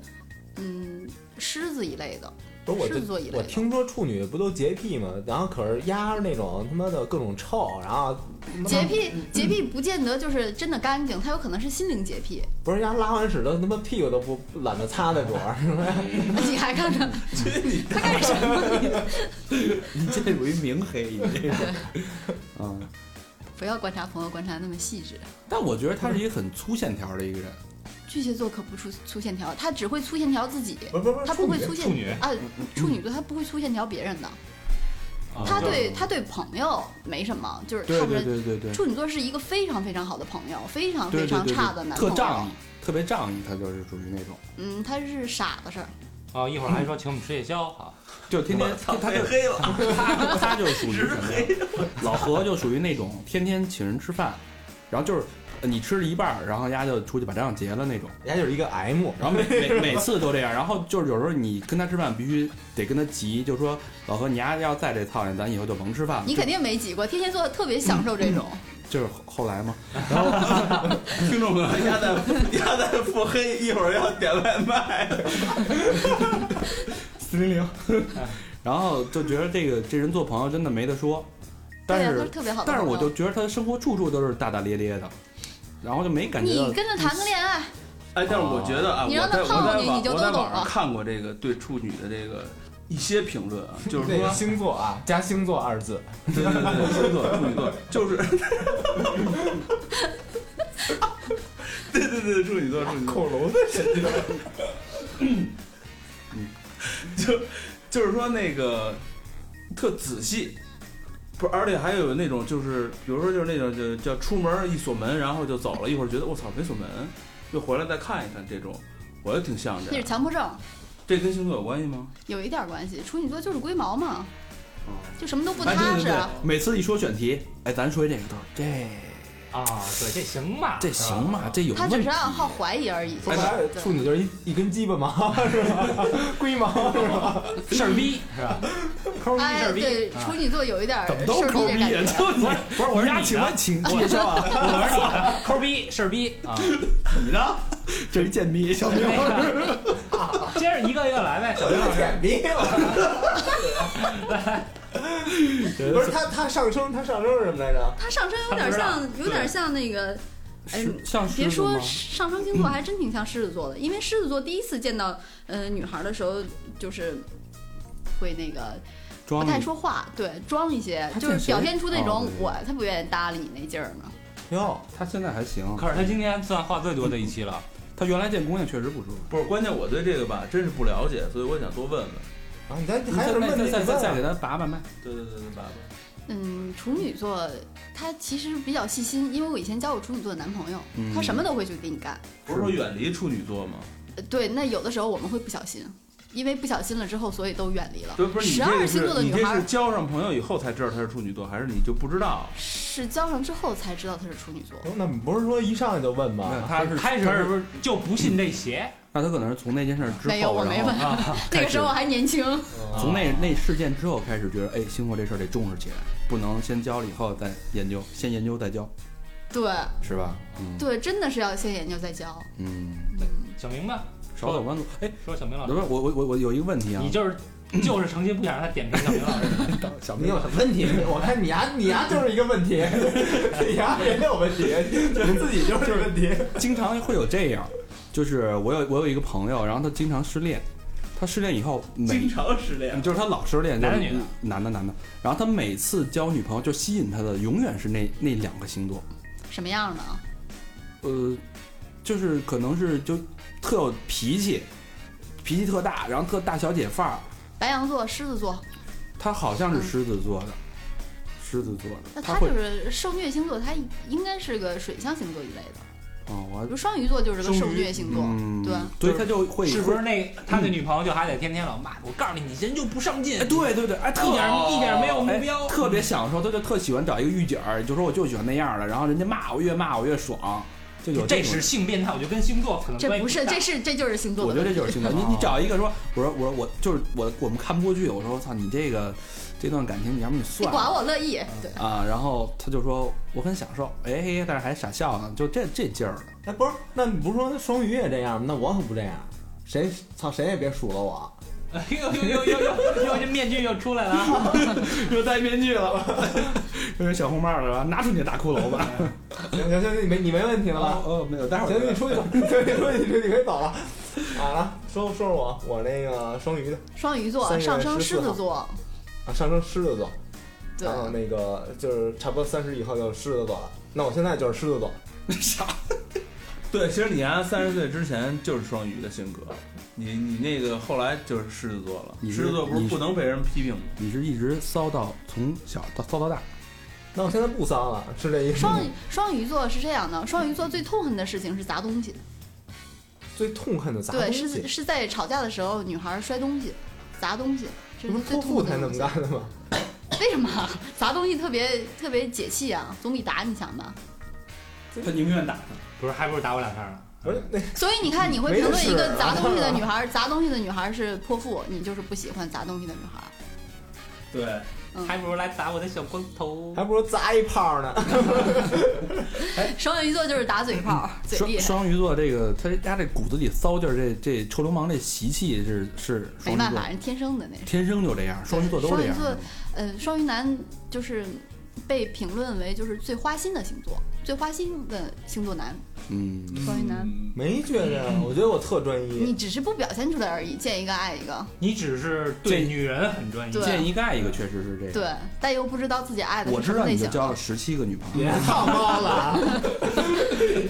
嗯，狮子一类的，
不是我
狮
就
子座一类
我
的。
听说处女不都洁癖嘛，然后可是丫那种他妈的各种臭，然后
洁癖，
嗯
洁癖不见得就是真的干净，她有可能是心灵洁癖。
不是丫拉完屎都他妈屁股都不不懒得擦那种，
你还 看着，她干什么？
你这属于明黑，你这个。嗯，
不要观察朋友观察那么细致。
但我觉得他是一个很粗线条的一个人，
巨蟹座可不出粗线条，他只会粗线条自己，
不是不是不
他
是
不
处
会
女
粗线
处女
嗯
啊，处女座他不会粗线条别人的。
啊
他对他对朋友没什么，就是
对
看
对
着
对对对，
处女座是一个非常非常好的朋友，非常
对
非
对
常
对
差
对，
的男
特
朋
仗
友
义。，特别仗义，他就是属于那种，
嗯，他是傻的事儿，
啊，一会儿还说请我们吃夜宵哈。
就天天他他就
黑了。
他他就属于什 么呀？老何就属于那种天天请人吃饭，然后就是呃你吃了一半儿，然后丫就出去把账结了 那种。
丫就是一个 M，
然后每每每次都这样，然后就是有时候你跟他吃饭必须得跟他急，就说老何，你丫要再这操性，咱以后就甭吃饭了。
你肯定没挤过。天蝎座特别享受
嗯
这种，
就是后后来嘛，
听众朋友，
鸭 蛋鸭蛋腹黑，一会儿要点外卖。
四零零， 然后就觉得这个这人做朋友真的没得说，但
对呀、他
是
是特别好的
但是
朋友。
我就觉得他的生活处处都是大大咧咧的，然后就没感觉到
你跟他谈个恋爱，
哎，但是我觉得啊，
你
我
让他
在
泡
我在
你
网
你就
我
都
在
懂
网上
了
看过这个对处女的这个一些评论啊，就是
那个
说
星座啊，加星座二字，
对对对，星座处女座就是，对对对，处女座处女座，
恐龙的身体，
就就是说那个特仔细，不是，而且还有那种就是，比如说就是那种就叫出门一锁门，然后就走了，一会儿觉得我操没锁门，又回来再看一看这种，我也挺像这
那是
样，
强迫症，
这跟星座有关系吗？
有一点关系。处女座就是龟毛嘛，
哦
就什么都不
哎
踏
对对
实。啊
对，每次一说选题，哎，咱说一这个都是这
啊，对，这行吧，
这行嘛，这有
他
问
只
题
是。暗号怀疑而已。
说白了
对
处女就是一一根鸡巴毛是吧？龟毛是吧？
事儿逼是吧？抠逼事
哎，
儿逼，
对，
啊
处女座有一点
怎么都
事儿
抠
逼
逼
的
呀？
感觉。
就你不是我丫请问请介绍啊？
我是你的抠逼事儿逼啊。
你呢？ 这一贱逼小明，
接着一个一个来呗，小明老师。
舔逼了，不是他他上升他上升是什么来着？
他上升有点像，有点像那个，哎，
像狮
别
子
说
吗？
上升星座，还真挺像狮子座的。因为狮子座第一次见到呃女孩的时候，就是会那个不
装
太说话，对，装一些，
他见
就是表
谁
现出那
哦
种
对对
我才不愿意搭理你那劲儿呢。
哟，
他现在还行，
可是他今天算话最多的一期了，
他原来见姑娘确实不舒服。
不是，关键我对这个吧真是不了解，所以我想多问问。
啊，你咱
你
还有什么
再
问题？
再
你
再
问
再
啊
给他拔拔脉，
对对对对，爸爸，
嗯，处女座他其实比较细心，因为我以前交过处女座的男朋友，
嗯
他什么都会去给你干。
不是说远离处女座吗？
呃对，那有的时候我们会不小心，因为不小心了之后，所以都远离了。
对，不是你
十
这
二
个
星座的
是你
女
这
孩
是交上朋友以后才知道她是处女座，还是你就不知道？
是交上之后才知道他是处女座。
不是那不是说一上来就问
啊
吗？
他是
开
他是
始就不信这邪，
那他可能是从那件事儿之后，
没有，我没
然后
问， 那个时候我还年轻。
啊
从那那事件之后开始觉得，哎，星座这事儿得重视起来，不能先交了以后再研究，先研究再交，
对
是吧？嗯
对，真的是要先研究再交。
嗯，
嗯，
小明吧，
少走弯路。哎，
说小明老
哦
不
师，
是我我我我有一个问题啊
你，就是就是诚心不想让他点评小明老师，
小明有什么问题？我看你呀，你呀就是一个问题，你呀也有问题，你自己就是问题。
经常会有这样，就是我有我有一个朋友，然后他经常失恋，他失恋以后每嗯
常失恋。
就是他老失恋，
男的
就是嗯
女的
男的男的，然后他每次交女朋友就吸引他的永远是那那两个星座，
什么样的？
呃，就是可能是就特有脾气，脾气特大，然后特大小姐范儿。
白羊座、狮子座，
他好像是
嗯
狮子座的，狮子座的，
那
他
他
会
就是受虐星座，他应该是个水象星座一类的。
哦，我还
比如双鱼座就是个受虐星座，
嗯，
对，啊
所以他就会
是不是？那他的女朋友就还得天天老骂我，告诉你，你人就不上进
哎，，对对对，哎，特
一点一点没有目
哎
标，
特别享受，他就特喜欢找一个御姐儿，就说我就喜欢那样的，然后人家骂我，越骂我越爽，就有
这
种
是性变态，我觉得跟星座可能
这
关系
不是，
大
这是这就是星座
我
的
觉得
问
这就
题。
是性格。你
哦
你找一个说，我说我说我就是我我们看不过去，我说我操你这个这段感情，你要不你
你
算
管
了
我乐意，对，
啊？然后他就说我很享受，哎，但是还傻笑呢，就这这劲儿。
哎，不是，那你不是说双鱼也这样吗？那我可不这样，谁操谁也别数落我。
哎呦呦呦呦呦呦，这面具又出来了啊！
又戴面具了，又 有小红帽了，拿出你的大骷髅吧。
行行行，你没你没问题了吧？
哦，没有，待
行，你出去吧，你出去吧，你出去你可以走了。啊，说说说我，我那个双鱼的
双鱼
三
座
月
上升
14
狮子
号
座，
啊，上升狮子座，
对
然，后那个就是差不多三十以后就狮子座了。那我现在就是狮子座，
对，其实你按三十岁之前就是双鱼的性格，你你那个后来就是狮子座了。
你是
狮子座不
你
是
是
不能被人批评吗？
你是一直骚到从小到骚到大，
那我现在不骚了，是这意思吗
双双鱼座是这样的，双鱼座最痛恨的事情是砸东西，
最痛恨的砸
对，
东
是
西，
是在吵架的时候女孩摔东西、砸东西，这
这不
是
是
最
泼
痛
妇
恨
才
的
那
东
么
西。
干的吗？
为什么啊砸东西特别特别解气啊？总比打你强吧？
他宁愿打他。
不是，还不如打我两下呢。
不是，那
所以你看，你会
没
评论
事
一
儿
个
啊
砸东西的女 孩，砸东西的女孩是泼妇，你就是不喜欢砸东西的女孩。
对，
嗯
还不如来打我的小光头。
还不如砸一炮呢。
双鱼座就是打嘴炮，嘴
双
厉害，
双鱼座这个，他他这骨子里骚劲儿，这这臭流氓这习气是是双
没
鱼
办
座
法，人天生的那是。
天生就这样，双鱼座都这样
双鱼。座呃，双鱼男就是被评论为就是最花心的星座，最花心的星座男，
嗯，
双鱼男。
没觉得呀，我觉得我特专
你
一。
只是不表现出来而已，见一个爱一个，
你只是对女人很专一，
对
见一个爱一个，确实是这样。
对，但又不知道自己爱的
我
是什
知
么
道
类
你就
型。
交了十七个女朋
别
友，
他妈了啊，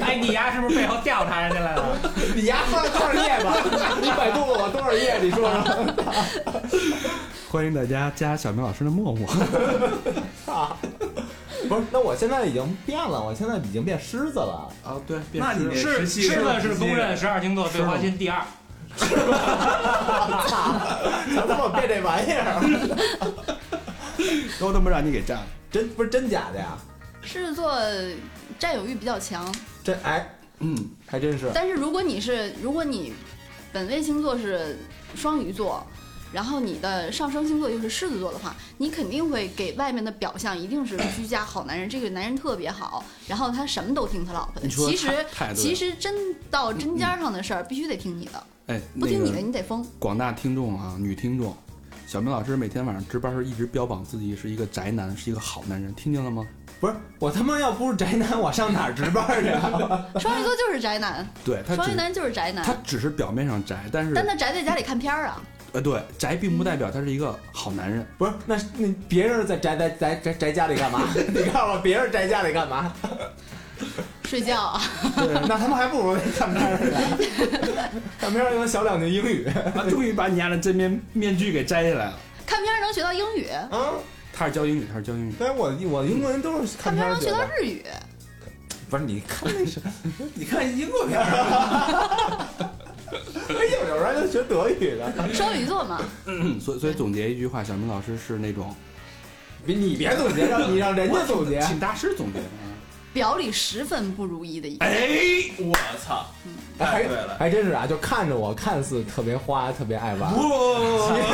哎，你丫是不是背后调查人家来 了？
你丫翻了多少页吧？你百度了我多少页？你说说。
欢迎大家加小明老师的陌陌。
啊，不是，那我现在已经变了，我现在已经变狮子 了。
啊，对，
那你那17
是狮子是公认
17
十二星座最花心第二，
操，怎么变这玩意儿？
都他妈让你给占了。
真不是真假的呀？
狮子座占有欲比较强，
真哎，
嗯，
还真是。
但是如果你是如果你本位星座是双鱼座，然后你的上升星座又是狮子座的话，你肯定会给外面的表象一定是居家好男人，这个男人特别好，然后他什么都听他老婆的。
你说
其实
太太对了
其实真到针尖儿上的事儿，必须得听你的，
哎，
不听你
那
的
个
你得 疯。
广大听众啊，女听众，小明老师每天晚上值班时候一直标榜自己是一个宅男，是一个好男人，听见了吗？
不是我他妈要不是宅男，我上哪儿值班去啊？
双鱼座就是宅男，
对他
双鱼
只
男就是宅
他
男，
只是表面上宅，但是
但他宅在家里看片儿啊。
呃，对，宅并不代表他是一个好男人。
不是，那那别人在宅在宅宅宅家里干嘛？ 你告诉我，别人宅家里干嘛？
睡觉啊，
对， 那他们还不如看片儿呢。 看片儿又能小两句英语
啊，
嗯
终于把你家的真面面具给摘下来了。
看片儿能学到英语，
啊！
他是教英语，他是教英语。
但是我我英文都是看
看片
片
儿
儿
能学
学
到
的。
日语。
不是你看那是，
你看英国片儿，
哎有有人就学德语的。
双鱼座嘛，
嗯所以所以总结一句话，小明老师是那种
别你别总结，让你让人家总
哎
结。
请大师总结。
嗯
表里十分不如意的一个。
哎，
我操，太
还
对了。
还真是啊，就看着我看似特别花，特别爱玩，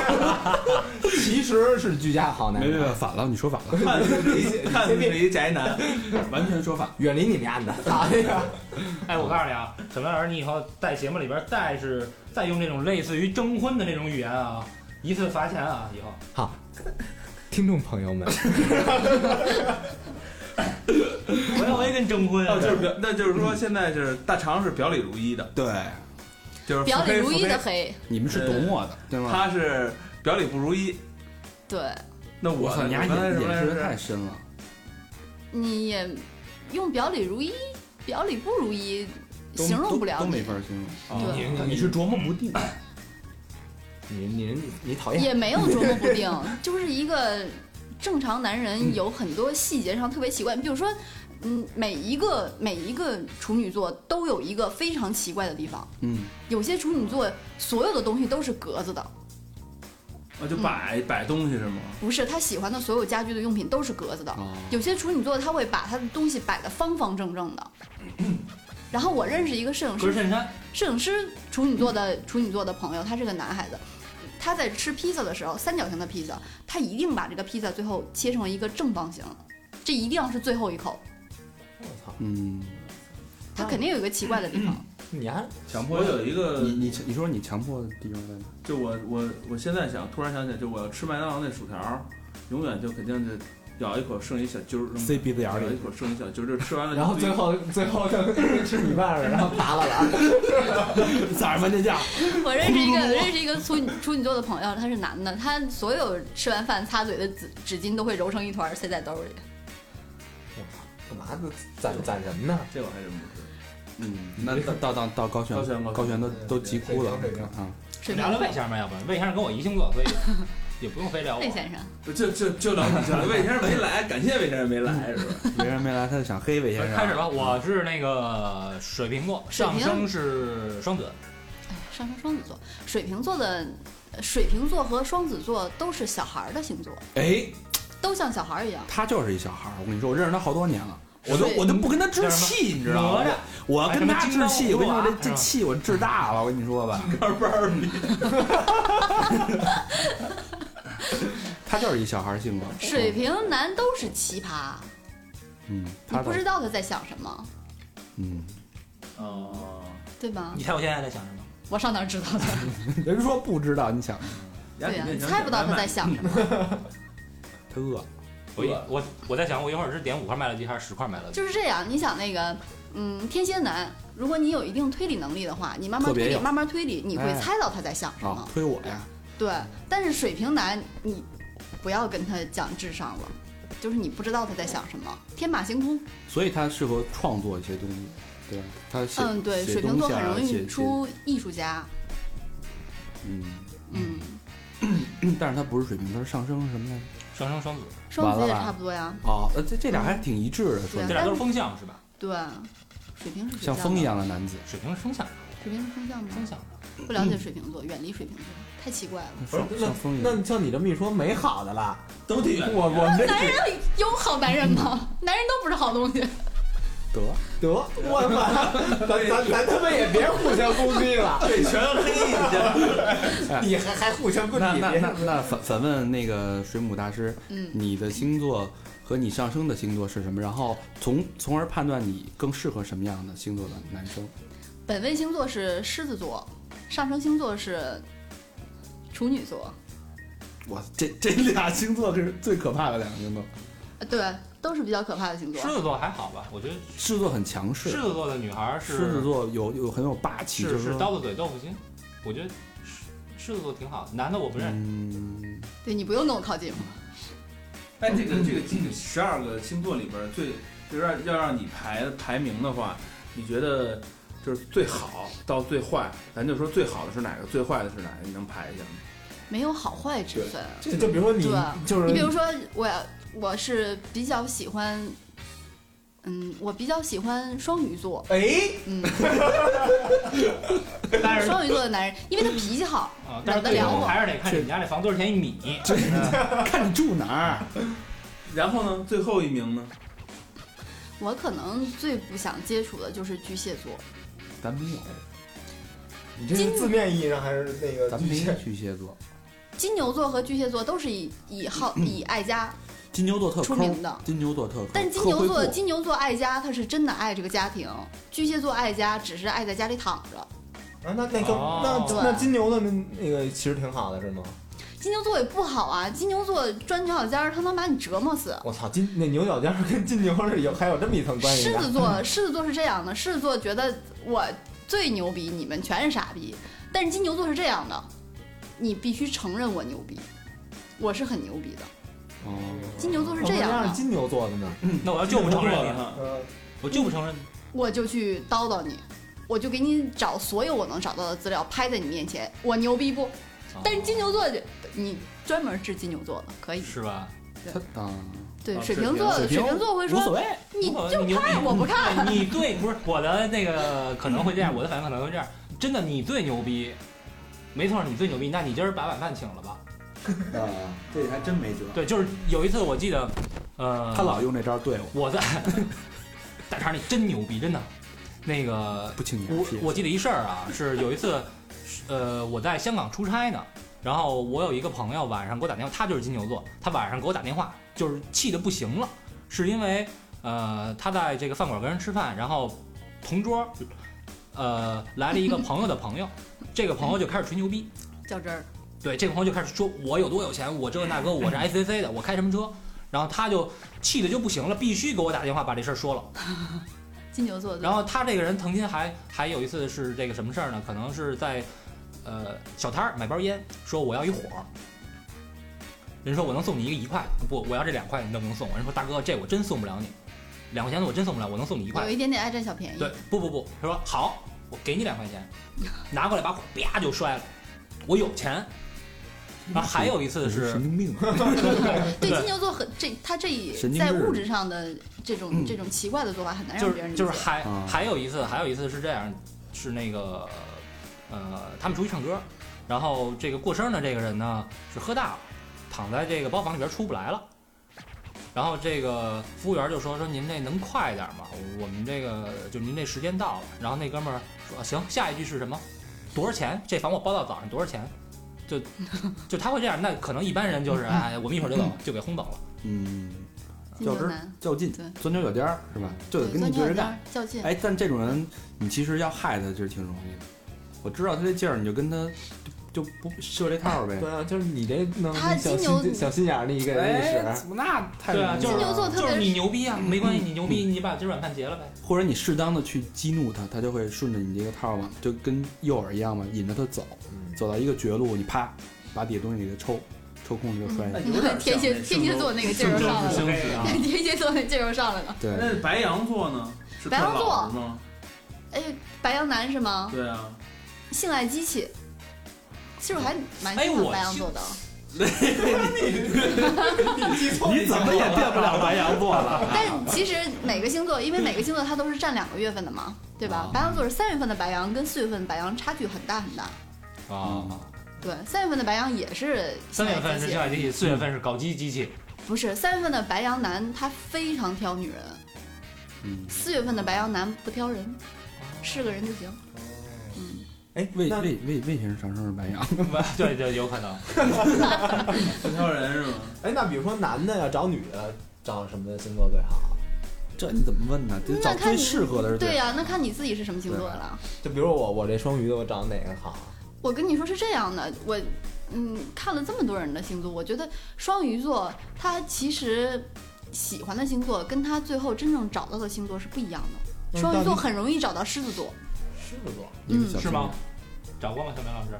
其实是居家好男
没没
人
没，。反了，你说反了，
看似是一看似是一宅男，
完全说反了。
远离你们家的，哎呀，
哎，我告诉你啊，小明老师，你以后在节目里边再是再用这种类似于征婚的那种语言啊，一次罚钱啊，以后。
听众朋友们，
我要我也跟征婚啊
那，就是表，那就是说现在就是大肠是表里如一的，
对，
就是腹
表里
黑
如
腹
一
黑
的黑，
你们是懂我的，对吗？
他是表里不如一。
对
那我
我操，你
呢
俩
我刚才
眼
什么
眼
来
识的太
着？
深了。
你也用表里如一、表里不如一
都
形容不了
都都没
你
法，形容。
对
你你是琢磨不定，
你你你你讨厌
也没有琢磨不 定，就是一个正常男
嗯
人有很多细节上特别奇怪，比如说。嗯，每一个每一个处女座都有一个非常奇怪的地方，
嗯，
有些处女座所有的东西都是格子的，
啊，就摆摆东西是吗？
不是他喜欢的所有家居的用品都是格子的，
哦，
有些处女座他会把他的东西摆得方方正正的，然后我认识一个摄影
隔
师，
衬衫，
摄影师处女座的处女座的朋友，他是个男孩子，他在吃披萨的时候，三角形的披萨，他一定把这个披萨最后切成一个正方形，这一定是最后一口，
我操，
嗯，
他肯定有一个奇怪的地方。
你啊还
强
我有一个
你你你说你强迫的地方在哪？
就我我我现在想，突然想起来，就我要吃麦当劳那薯条，永远就肯定就咬一口剩一小揪儿，
塞鼻子眼
咬
儿
一
里，
口剩一小揪儿，就吃完了就
然后
自己
最后最后就 吃米饭了，然后拔了了。
早上搬家架，
我认识一个认识一个处女处女座的朋友，他是男的，他所有吃完饭擦嘴的纸纸巾都会揉成一团儿塞在兜里。
我操，干嘛呢？攒攒什么呢？
这我还真不知
嗯，那到到
道。
到高
高
璇，
轩高
高
轩，
璇都都急哭了
对对对
啊！
水
聊
瓶
聊魏先生吧，要不然魏先生跟我一星座，所以也不用非 聊我
魏。先生，
就就就就聊你去了。魏先生没来，感谢魏先生没
嗯
来，是吧？
没人没来，他就想黑魏先生。啊
开始吧，我是那个水瓶座，
水
上
瓶
升是双子，
哎呀，上升双子座，水瓶座的水瓶座和双子座都是小孩儿的星座，
哎，
都像小孩儿一样。
他就是一小孩儿，我跟你说，我认识他好多年了，我都
是
我都不跟他置气，你知道吗
哪吒？
我要跟他置气，
哎什么金刚
我跟
葫芦
你
娃
说这这气我置大了，我跟你说吧，
二班儿里
他就是一小孩儿性格。
水瓶男都是奇葩，
嗯，
你
他
不
的
知道他在想什么，
嗯，
哦，
对吗
你？猜我现在在想什么？
我上哪儿知道的？
人说不知道，你想
对啊呀、你猜不到他在想什么。
他饿了，
我一我我在想，我一会儿是点五块麦乐鸡还是十块麦乐鸡？
就是这样，你想那个，嗯，天蝎男，如果你有一定推理能力的话，你慢慢
特别
推理，
有
慢慢推理，你会
哎
猜到他在想什么。
啊，推我呀，
对，但是水瓶男，你不要跟他讲智商了，就是你不知道他在想什么，天马行空。
所以他适合创作一些东西，对吧？他写
嗯，对，
写
水瓶座
东西啊
很容
写
易出艺术家。
嗯，
嗯，
但是他不是水瓶，他是上升是什么来着？
上升双子，
双子
完
也
了吧
差不多呀。
哦，呃这这俩还挺一致的，说
对
这俩都是风象是吧？
对，水瓶是水
像
象
风一
的，
样的男子。
水瓶是风象，
水瓶是风象吗
风？象。
不了
嗯
解水瓶座，远离水瓶座，太奇怪了。
像像风一样，
那像你这么一说，没好的了。
嗯都挺远。
我我们这
男人有好男人吗？男人都不是好东 西。
得
得我操，咱咱咱他妈也别互相攻 击了，
被全黑一下，
你还还互相攻
那
击，
那
别
那那反反问那个水母大师，
嗯，
你的星座和你上升的星座是什么？然后从从而判断你更适合什么样的星座的男生。
本位星座是狮子座，上升星座是处女座。
哇， 这这俩星座可是最可怕的两个星座。
呃对，都是比较可怕的星座
狮。子座还好吧？我觉得
狮子座很强势，
狮子座的女孩是
狮子座有有很有霸气，就是说
是刀子嘴豆腐心，我觉得狮狮子座挺好。男的我不认识，
嗯，
对你不用跟我靠近我。
哎，这个这个这个十二个星座里边儿最，就是让要让你排排名的话，你觉得就是最好到最坏，咱就说最好的是哪个，最坏的是哪个，你能排一下吗？
没有好坏之分。啊
就就比如说你
对
就是
你比如说，我我是比较喜欢，嗯，我比较喜欢双鱼座，
哎，
嗯，
但是
双鱼座的男人，因为他脾气好，
啊，
冷
但是
得
最
了
终
我。
还是得看你们家这房多少钱一米。
看你住哪儿，
然后呢，最后一名呢？
我可能最不想接触的就是巨蟹座，
咱没 有，
你这是字面意义上还是那个
咱
巨
没有
蟹？
巨蟹座，
金牛座和巨蟹座都是以以好以爱家
金牛座特
出
抠
名，的。
金牛座特抠，
但金
特
牛
会
座
过
金牛座爱家，他是真的爱这个家庭；巨蟹座爱家，只是爱在家里躺着。
啊，那那更
哦
那那金牛的那那个其实挺好的是吗？
金牛座也不好啊，金牛座钻牛角尖儿，他能把你折磨死。
我操，金那牛角尖儿跟金牛是有还有这么一层关系
狮
的
子。 座，狮子座是这样的，狮子座觉得我最牛逼，你们全是傻逼。但是金牛座是这样的，你必须承认我牛逼，我是很牛逼的。
哦，
金牛座是
哦
这
那
样啊
是
的，
金牛座的呢。
那我要就不承认你，
了，
呃，
我就不承认你。
我就去叨叨你，我就给你找所有我能找到的资料，拍在你面前，我牛逼
哦
不？但是金牛座就你专门治金牛座的，
哦
可以。
哦是吧？
他啊，
对，
啊
水
水
瓶
瓶
座，
水
水
瓶
瓶座会
无所
说
谓，
你
我
就
牛
看
逼
我不看。
对你对，不是我的那个可能会这样，我的反应可能会这样。真的，你最牛逼，没错，你最牛逼。那你今儿把晚饭请了吧？
啊，这还真没辙。
对，就是有一次我记得，呃，
他老用这招对我，
我在大肠，你真牛逼，真的。那个
不请
我
年是
我记得一事儿啊，是有一次，呃，我在香港出差呢，然后我有一个朋友晚上给我打电话，他就是金牛座，他晚上给我打电话，就是气得不行了，是因为呃他在这个饭馆跟人吃饭，然后同桌，呃来了一个朋友的朋友，这个朋友就开始吹牛逼，
较真儿，
对，这个朋友就开始说我有多有钱，我这个那个，我是 ICC 的，我开什么车，然后他就气得就不行了，必须给我打电话把这事儿说了。
金牛座的。
然后他这个人曾经还还有一次是这个什么事儿呢？可能是在呃小摊儿买包烟，说我要一火儿。人说我能送你一个一块的，不，我要这两块，你能不能送我？人说大哥，这我真送不了你，两块钱的我真送不了，我能送你一块
有。一点点爱占小便宜，
对，不不不，他说好，我给你两块钱，拿过来把火啪就摔了，我有钱。然后还有一次是
神经病，啊
对
对
金牛座很这他这一
神经
在
质
物质上的这种这种奇怪的做法很难
就
让别人理
是就是
解
还
啊
还有一次，还有一次是这样，是那个呃，他们出去唱歌，然后这个过生的这个人呢是喝大了，躺在这个包房里边出不来了。然后这个服务员就说说您这能快点吗？我们这个就您这时间到了。然后那哥们儿说啊行，下一句是什么？多少钱？这房我包到早上多少钱？就就他会这样，那可能一般人就是哎，我们一会儿就走，就给轰走了。
嗯，
金牛
较真儿
男，
较劲
对，
钻牛角尖儿是吧？就得
对，
跟
钻
你对着
牛角
干
尖。较劲，
哎，但这种人，你其实要害他，其实挺容易的。我知道他这劲儿，你就跟他就就不设这套呗。
对啊，就是你这弄
他
小
金牛
心小心眼儿的一个人也
哎
是，，
那太
对啊
容易了
金
就是
牛座特
就是
别
你牛逼啊，没关系，你牛逼，你把这软饭结了呗。
或者你适当的去激怒他，他就会顺着你这个套嘛，就跟诱饵一样嘛，引着他走，
嗯
走到一个绝路，你啪把底下东西给他抽，抽空
嗯
就摔下去。
有点
天
像
蝎
那
天蝎座那个劲儿上来了，
生死啊。
天蝎座那劲儿又上来了。
对，
那白羊座呢？是
白
看
羊座
老实吗？
哎，白羊男是吗？
对啊，
性爱机器，其实我还蛮
哎
喜欢
我
白羊
就
座的。
你怎么也变不了白羊座 了？
但其实每个星座，因为每个星座它都是占两个月份的嘛，对吧
哦
啊？
白羊座是三月份的白羊跟四月份的白羊差距很大很大。
啊
对，三月份的白羊也是
三月份是
性
性
爱
爱机器，四月份是搞基
机
机器。
器不是三月份的白羊男他非常挑女人，
嗯，
四月份的白羊男不挑人，是个人就
哦
行。嗯，
哎，
魏
那
魏魏魏先生啥时候是白羊？
对对，有可能。
不挑人是吗？
哎，那比如说男的要找女的，找什么星座最好？啊
这你怎么问呢？得找
那看
最
你
适合的是
对
最。
呀、那看你自己是什么星座
对
了。
就比如我，我这双鱼的，我找哪个好？啊
我跟你说是这样的，我嗯看了这么多人的星座，我觉得双鱼座他其实喜欢的星座跟他最后真正找到的星座是不一样的。
嗯
双鱼
到
座
底
很容易找到狮子座，
狮子座，
一个
嗯
小
是
青
吗
年？
找过吗，小明老师？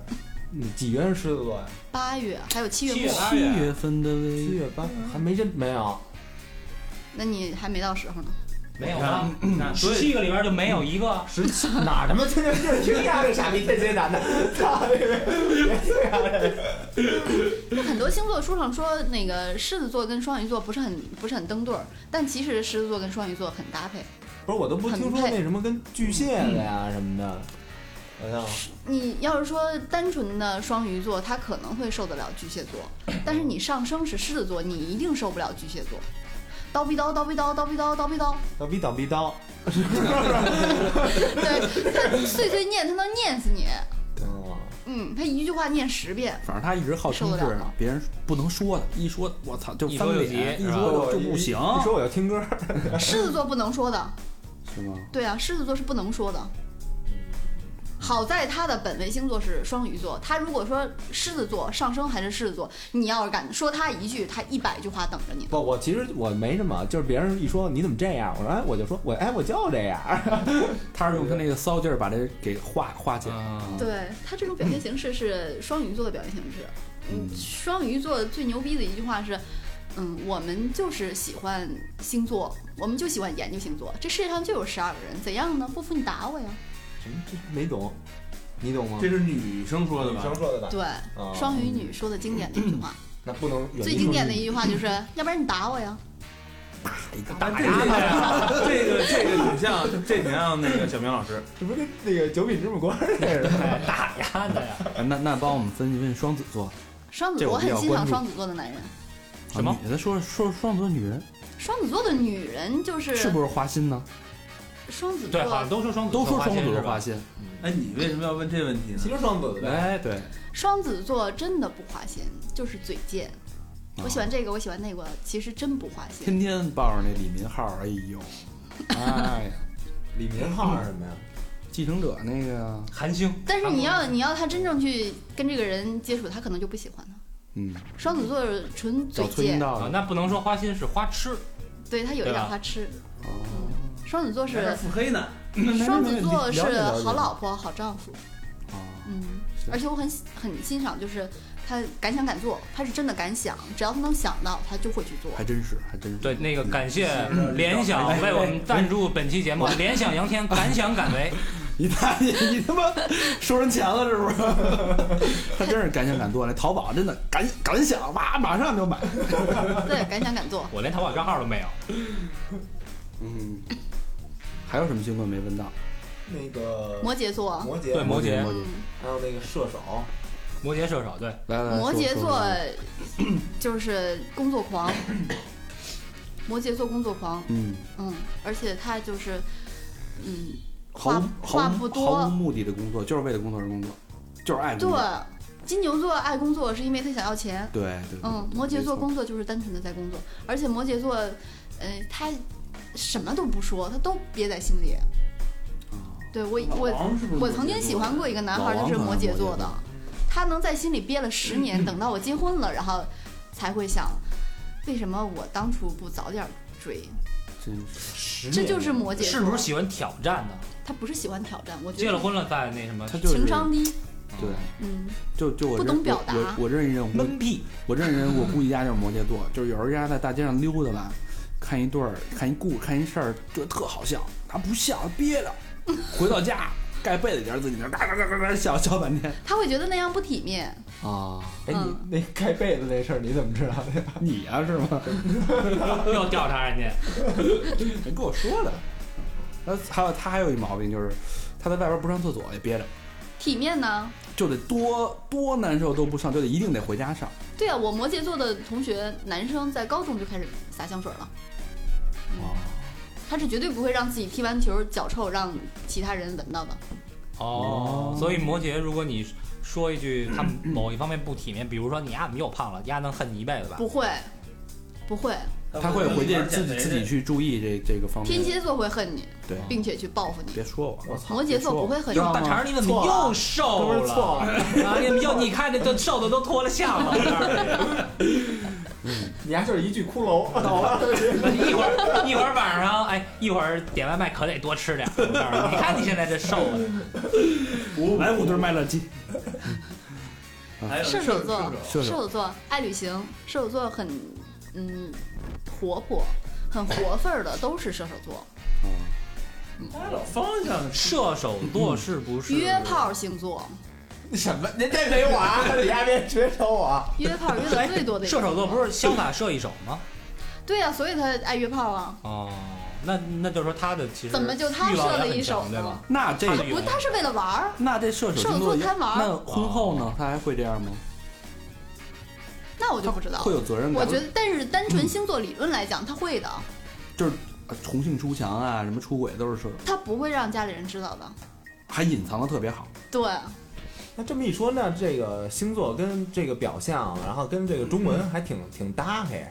你嗯几月是狮子座呀？
八月还有七月
七月
末，
八
七月份的
七
微，
月八嗯还没真没有，
那你还没到时候呢。
没有啊，
你看，所
十
以
七个里边就没有一个。
十 七哪儿他妈天天就是听呀这傻逼天蝎男的， 操这个
就很多星座书上说那个狮子座跟双鱼座不是很不是很登对儿，但其实狮子座跟双鱼座很搭配。
不是我都不听说
很嗯
那什么跟巨蟹的呀什么的，好像
你要是说单纯的双鱼座，他可能会受得了巨蟹座，但是你上升是狮子座，你一定受不了巨蟹座。叨逼叨，叨逼叨，叨逼叨，叨逼叨，
刀逼刀逼刀，
对他碎碎念，他能念死你。
嗯，
嗯，他一句话念十遍，
反正他一直号称
受得
是
了吗
别人不能说的，一说我操就
一
翻
说就
脸，
急
一
是吧
说就不行，
你说我要听歌，
狮子座不能说的。
是吗？
对啊，狮子座是不能说的。好在他的本位星座是双鱼座，他如果说狮子座上升还是狮子座，你要是敢说他一句，他一百句话等着你。
不，我其实我没什么，就是别人一说你怎么这样，我说哎，我就说我哎我就这样，
他是用他那个骚劲儿把这给化化解。
嗯，
对他这种表现形式是双鱼座的表现形式。嗯，双鱼座最牛逼的一句话是，嗯，我们就是喜欢星座，我们就喜欢研究星座。这世界上就有十二个人，怎样呢？不服你打我呀！
什么这没懂，你懂吗
这？是女生说的吧？
说的吧？
对，
啊
双鱼女说的经典的一句 话，
那不能有
最经典的一句话就是，要不然你打我呀！
啊
打架呀！这个这个挺像，这挺像那个小明老师。
这不跟那个九品芝麻官儿那个
打压的呀。
哎那那帮我们分析分析双子座，
双子
这
座，
我
我
比较
很欣
关
赏
注
双子座的男人。
什么
啊女的说说双子座女人
双子座的女人就是
是不是花心呢？
双子座
对，好像都说双子
都
座
说
花
双
心
子座
是吧
花心，
哎，你为什么要问这问题呢？
其实双子呗，
哎，对，
双子座真的不花心，就是嘴贱。我喜欢这个，我喜欢那个，其实真不花心。
啊天天抱着那李民浩，哎 呦，哎呀，
李明浩是什么呀？
继承者那个呀，
韩星，
但是你要你要他真正去跟这个人接触，他可能就不喜欢了。
嗯，
双子座纯
找
嘴
崔英
贱，
道
啊，
的，
那不能说花心是花痴，
对他有一
对
啊
吧
点花痴。嗯
哦
双子座
还
是
腹黑呢？
双子座是
了解了解
好老婆、好丈夫。
哦
嗯，而且我很喜很欣赏，就是他敢想敢做，他是真的敢想，只要他能想到，他就会去 做。
还真是，还真是，嗯
对，那个感谢联想为我们赞助本期节目，联想杨天敢想敢为，
你大爷，你他妈收人钱了是不是？他真是敢想敢做，那淘宝真的敢敢想，哇，马上就买。
对，敢想敢做。
我连淘宝账号都没有。
嗯，还有什么星座没问到？
那个
摩羯座，
摩羯，
对摩羯
摩羯，
嗯
还有那个射手，
摩羯射手，对，
来来，来
摩
说
羯
说
座
说
就是工作狂，摩羯座工作狂，
嗯，
嗯，而且他就是，嗯，
毫
话
无毫
话
无
不多
毫无目的的工作，就是为了工作而工作，就是爱工
对
作。，
金牛座爱工作是因为他想要钱，
对对对，
嗯，
对
摩羯座，
没错
工作就是单纯的在工作，而且摩羯座，呃，他什么都不说，他都憋在心里。
嗯
对我我
王是不是
我曾经喜欢过一个男孩，
老
就
王
是
可能
摩羯
摩
座
羯
的
座，
他能在心里憋了十年，等到我结婚了，然后才会想，为什么我当初不早点追？
真是
十
这
年
就是摩羯座，
是不是喜欢挑战的？
他不是喜欢挑战，我觉
结了
得
婚了再那什么
他，就是
情商低，
对，
嗯，
就就我
不
认
懂表达
我我我认识人，我估
闷屁，
我认识人，我估计家就是摩羯座，就是有时候人家在大街上溜达吧，看一对儿，看一故，看一事儿，觉得特好笑，他不笑，憋着，回到家盖被子底下自己那儿嘎嘎嘎嘎嘎笑笑半天
他会觉得那样不体面。
啊，
哎，
嗯
你那盖被子那事儿你怎么知道的呀？
你呀、是吗？
又调查人家，
人跟我说的。那还有他还有一毛病就是，他在外边不上厕所也憋着，
体面呢？
就得多多难受都不上，就得一定得回家上。
对啊，我摩羯座的同学男生在高中就开始撒香水了，
哦，
他是绝对不会让自己踢完球脚臭让其他人闻到的。
哦
哦，
所以摩羯，如果你说一句他们某一方面不体面，比如说你呀，你又胖了，丫能恨你一辈子吧？
不会，不会，
他会回去自己自己去注意这这个方
天
面。
蝎座会恨你，
对，
并且去报复你。
别说我，
我操，
摩羯座不会恨你，
哟，大肠，你怎么又瘦
都是错
了？
了，
啊，你又你看这都瘦的都脱了相了，我告诉你。
你还就是一具骷髅，倒了。
一会儿一会儿晚上，哎，一会儿点外卖可得多吃点儿。我告诉你，你看你现在这瘦的，
来五对麦乐鸡。
还有
射手座，
射手
射手座爱旅行，射手座很嗯活泼，很活分儿的都是射手座，
哦
他老方向
射手座是不是
约？炮星座，
什么？您这没我啊！你丫别直接说我。
约炮约的最多的一个
射手座不是潇洒射一手吗？
对呀、所以他爱约炮啊。
哦，那那就是说他的其实
怎么就他
欲望
射
也
了
很
一手
强
呢
对吧？
那这
他的欲
不，
望
他是为了玩儿，
那这射手
射手
星座
座
也，
贪玩
那
儿，
婚后呢？他还会这样吗？
那我就不知道
会。有责任感？
我觉得，但是单纯星座理论来讲，他会的，
啊同性出墙啊，什么出轨都是射手，
他不会让家里人知道的。
还隐藏的特别好。
对，
那这么一说，那这个星座跟这个表象，然后跟这个中文
嗯
还挺、挺搭配，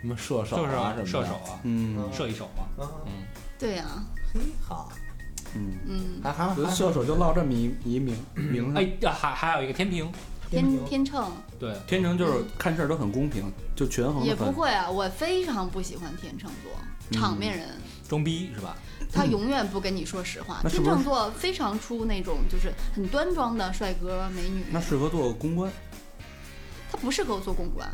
什么射手
就是
啊
啊
什么的。
射手啊，
嗯
射一手嘛。
啊，
嗯，
对呀、
嘿，好，
嗯，
嗯，
还还
我觉得
还
射手就落这么一一名名上。
哎，啊还还有一个天平，
天天秤
对，
天成就是看事儿都很公平，就权衡
也
的
不
很。
会啊，我非常不喜欢天秤
嗯
座，场面人，
装逼是吧？
他永远不跟你说实话。
那是
天
不是
秤座非常出那种就是很端庄的帅哥美女，
那适合做公关，
他不适合做公关，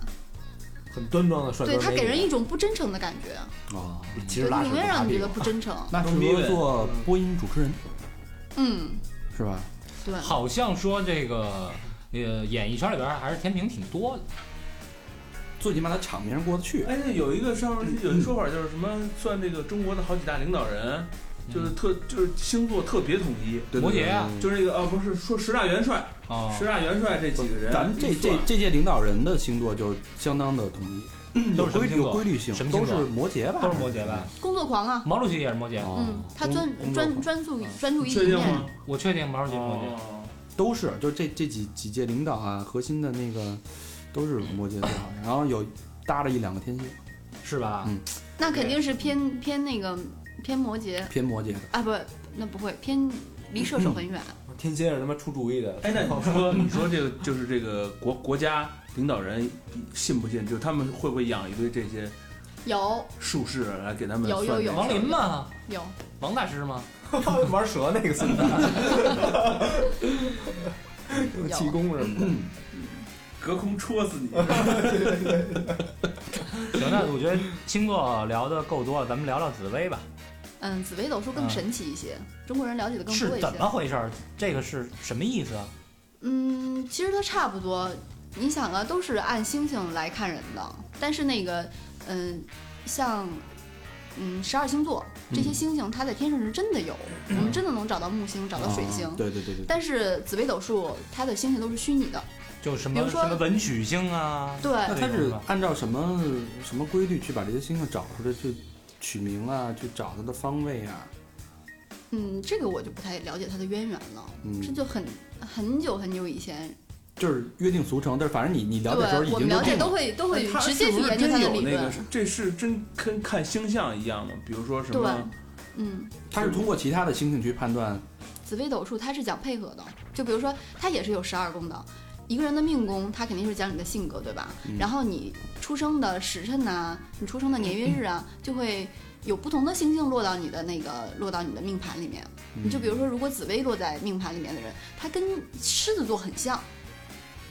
很端庄的帅哥
对
美女，
他给人一种不真诚的感觉，
啊，
其
对
实拉
他
屎
永远
就
让
拉
你
屁
觉得
股。
不真诚。
那适合做播音主持人
嗯，
是吧？
对，
好像说这个呃演艺圈里边还是天平挺多的。
最起码他场面上过得去。
哎，那有一个上面有一说法，就是什么算这个中国的好几大领导人，就是特就是星座特别统一，
对
摩羯啊，
对对对
就是那个啊不是说十大元帅，
哦
啊
十大元帅这几个人，
咱们这
一算
这这届领导人的星座就相当的统一，
都
有
是什么
规
星
有
座
规？律性
什，么星
都
座
是摩羯吧？
都是摩羯吧？
工作狂啊，
毛主席也是摩羯，
哦
嗯，他
工
专
工作
专
狂
专注于专注于
确
一
定
面，
吗？
我确定毛主席是摩羯。
哦
都是，就是这这几几届领导啊，核心的那个都是摩羯座，然后有搭了一两个天蝎，
是吧？
嗯
那肯定是偏偏那个偏摩羯
偏摩羯的。
啊，不，那不会偏离射手很远。
天蝎是他妈出主意的，
哎，那你说，你说这个就是这个国国家领导人信不信？就是他们会不会养一堆这些
有
术士来给他们
有有
算
有
命
王林嘛，
有，
王大师嘛，
玩蛇那个孙 子，用气功什么的。
隔空戳死你？
行，那我觉得星座聊的够多了，咱们聊聊紫薇吧，
嗯，紫微斗数更神奇一些，中国人了解的更多
是哦
一
怎么
些。
回事儿？这个是什么意思啊？
嗯，其实它差不多，你想啊，都是按星星来看人的，但是那个，嗯，像。嗯，十二星座这
嗯
些星星，它在天上是真的有，我们真的能找到木星，找到水星。
啊对对对对对，
但是紫微斗数它的星星都是虚拟的，
就什
比
么
如说
什么文曲星啊，
对，
那他
这种
是
吧
按照什么什么规律去把这些星星找出来，去取名啊，去找它的方位啊？
嗯，这个我就不太了解它的渊源了，
嗯
这就很很久很久以前，
就是约定俗成，但是反正你你
对
了解的时候已
我
经
们了
就
解
定
都
了。
会都会
哎他
直接
是
去
不是
研究它
真
的
有
理
那个
论，？
这是真跟看星象一样吗？比如说什么？
嗯。
他是通过其他的星星去判断，
紫微斗数它是讲配合的，就比如说它也是有十二宫的，一个人的命宫它肯定是讲你的性格，对吧？
嗯
然后你出生的时辰呐、你出生的年月日啊，就会有不同的星星落到你的那个落到你的命盘里面。
嗯
你就比如说，如果紫薇落在命盘里面的人，他跟狮子座很像，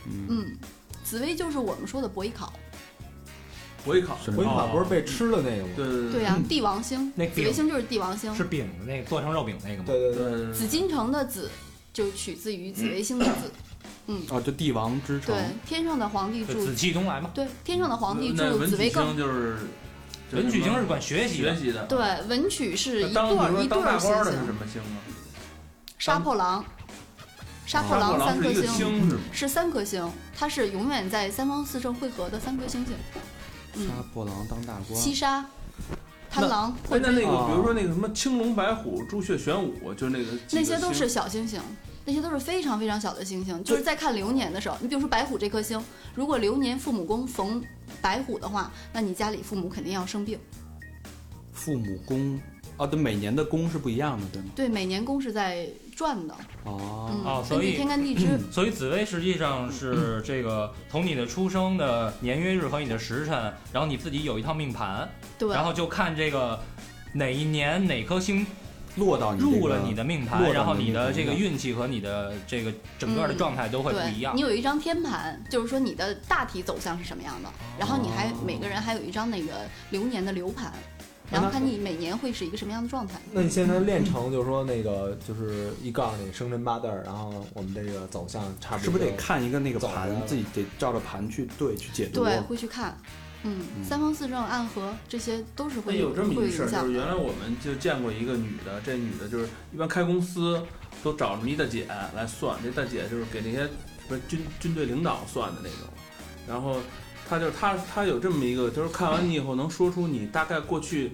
嗯，
嗯，紫薇就是我们说的伯邑考，
我一考，
什
嗯回
么
款不是被吃了那个吗？
对对
对呀、帝王星，
那
紫
饼
微星就是帝王星，
是饼那个做成肉饼那个吗？
对对
对
对，
对
紫禁城的紫就取自于紫微星的紫，
哦，就帝王之城
对，天上的皇帝
就
住
紫气东来嘛。
对，天上的皇帝
那
住
文
紫
曲
薇更
星就是
文曲星是管学习
学
的，
习的。
对，文曲是一对
当你
儿
说
一对
当大
儿
官
星
的是什
星，
么星啊？
杀破狼，杀破
破
狼
狼
三
是
颗
一个
星
星是吗？
是三颗星，它是永远在三方四正汇合的三颗星星。
杀
嗯，
破狼当大官，
七杀、贪狼、
哎，
混
那那个
哦
比如说那个什么青龙白虎朱雀玄武，就是那个几个
那些都
星
是小星星，那些都是非常非常小的星星。就是在看流年的时候，你比如说白虎这颗星，如果流年父母宫逢白虎的话，那你家里父母肯定要生病。
父母宫，哦，对，每年的宫是不一样的，对吗？
对，每年宫是在转的，
哦，
哦
嗯，
所
根据
以
天干地支，
所以紫薇实际 上是这个从你的出生的年月日和你的时辰，然后你自己有一套命盘，
对
然，后就看这个哪一年哪颗星
落到你这个
入了你的命
落
盘，
到
然后
你
你
的
的
命
这个
盘
运气和你的这个整个的
嗯
状态都会不
对
一样
你。有一张天盘，就是说你的大体走向是什么样的，然后你还
哦
每个人还有一张那个流年的流盘，
那
然后
他
看你每年会是一个什么样的状
嗯
态。
那你现在练成就是说那个就是一告诉你生辰八字儿，然后我们这个走向差不多
是不是得看一个那个
走
盘
了，
自己得照着盘去对去解读？啊
对，会去看，嗯，
嗯
三方四正、暗合这些都是
哎，
会
有这么一
会
个
有
事儿，
影响
就是
的。
原来我们就见过一个女的，这女的就是一般开公司都找这么一大姐来算，这大姐就是给那些什么军军队领导算的那种，然后她就是她她有这么一个，就是看完你以后能说出你大概过去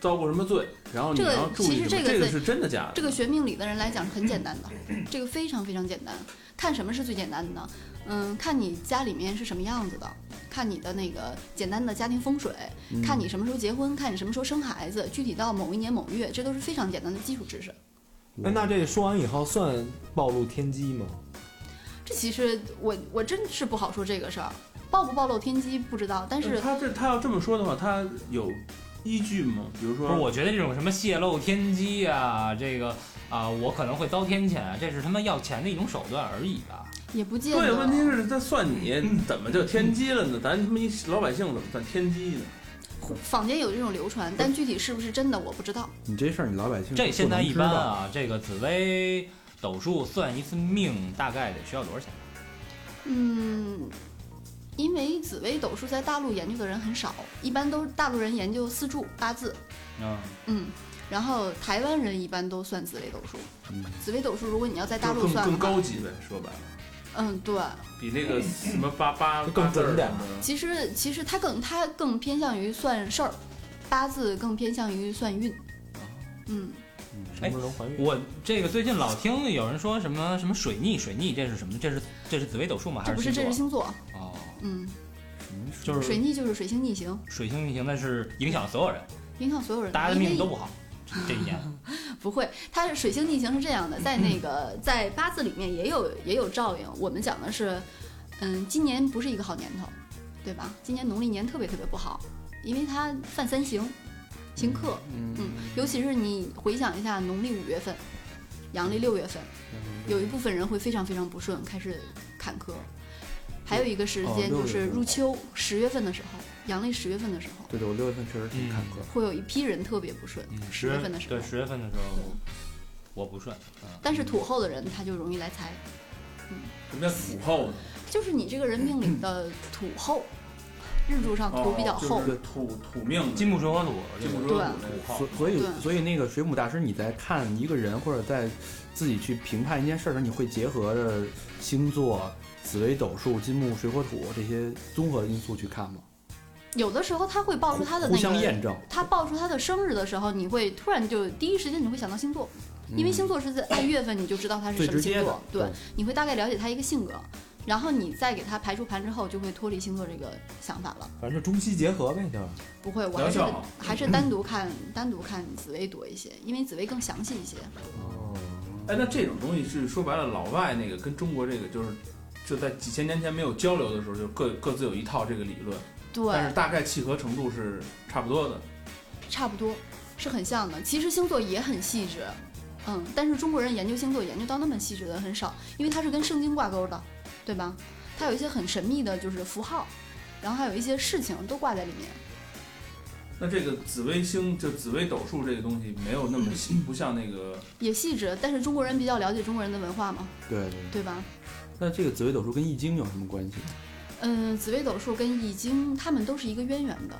遭过什么罪，然后你
这个
要注
其
意
实
什么，
这个
这个
在
是真的假的？
这个学命理的人来讲是很简单的，这个非常非常简单。看什么是最简单的呢？嗯，看你家里面是什么样子的，看你的那个简单的家庭风水，
嗯
看你什么时候结婚，看你什么时候生孩子，具体到某一年某月，这都是非常简单的基础知识。
哎，那这说完以后算暴露天机吗？
这其实我我真是不好说这个事儿，暴不暴露天机不知道，但
嗯
是
她这她要这么说的话，她有依据吗？比如
不是，
说，
我觉得这种什么泄露天机啊，这个啊、我可能会遭天谴，啊这是他妈要钱的一种手段而已
嗯
吧。
也不见
对，
得。
问题是她算你怎么就天机了呢？咱他妈一老百姓怎么算天机呢？
坊间有这种流传，但具体是不是真的我不知道。
你这事儿你老百姓
这现
不
在
能
一
知
般
道，
啊，这个紫薇斗数算一次命大概得需要多少钱？
嗯，因为紫微斗数在大陆研究的人很少，一般都是大陆人研究四柱八字，
嗯，
嗯，然后台湾人一般都算紫微斗数。
嗯
紫微斗数如果你要在大
就
陆
更
算
更
的话，
高级呗，说白了。
嗯，对，
比那个什么八八
就更准点
八字儿
其实其实它更它更偏向于算事儿，八字更偏向于算运。
哦
嗯，
什么时候能怀孕？
我这个最近老听有人说什么什么水逆，水逆这是什么？这是这是紫微斗数吗？还
这不是这是
星
星座，
座？哦，
嗯，
就是
水逆就是水星逆行，
水星运行，那是影响所有人，
影响所有人。
大家的
因为嗯
命运都不好。这一年，
不会，它是水星逆行是这样的，在那个
嗯
在八字里面也有也有照应。我们讲的是，嗯，今年不是一个好年头，对吧？今年农历年特别特别不好，因为它犯三刑，刑克。
嗯
嗯，尤其是你回想一下农历五月份，阳历六月份，有一部分人会非常非常不顺，开始坎坷。还有一个时
哦
间就是入秋，十月份的时候，阳历十月份的时候，
对对，我六月份确实挺坎坷。
会有一批人特别不顺。
十
月份的时候
对十月份的时候，我不顺，
但是土后的人他就容易来财，
什么叫土后呢？
就是你这个人命里的土厚，日柱上土比较厚
哦，就是土土命，
金木水火土，
金木
这个
水火土那个
对
所所以
对
所以那个水母大师，你在看一个人或者在自己去评判一件事儿的时候，你会结合着星座、紫微斗数、金木水火土这些综合因素去看吗？
有的时候他会报出他的
互
那
相
个，
验证。
他报出他的生日的时候，你会突然就第一时间你会想到星座，因为星座是在按月份你就知道他是
最
什么
直接
星
的
座，对
对，
你会大概了解他一个性格，然后你再给他排出盘之后，就会脱离星座这个想法了。
反正就中西结合呗，就是
不会，我
疗
还是
效
还是单独看单独看紫薇多一些，因为紫薇更详细一些。
哦
哎，那这种东西是说白了，老外那个跟中国这个就是，就在几千年前没有交流的时候，就各各自有一套这个理论，但
对
是，大概契合程度是差不多的。
差不多是很像的。其实星座也很细致，嗯，但是中国人研究星座研究到那么细致的很少，因为它是跟圣经挂钩的，对吧？它有一些很神秘的，就是符号，然后还有一些事情都挂在里面。
那这个紫微星就紫微斗数这个东西没有那么细，不像那个
也细致，但是中国人比较了解中国人的文化嘛，
对对对。
对吧？
那这个紫微斗数跟易经有什么关系？
嗯，紫微斗数跟易经它们都是一个渊源的。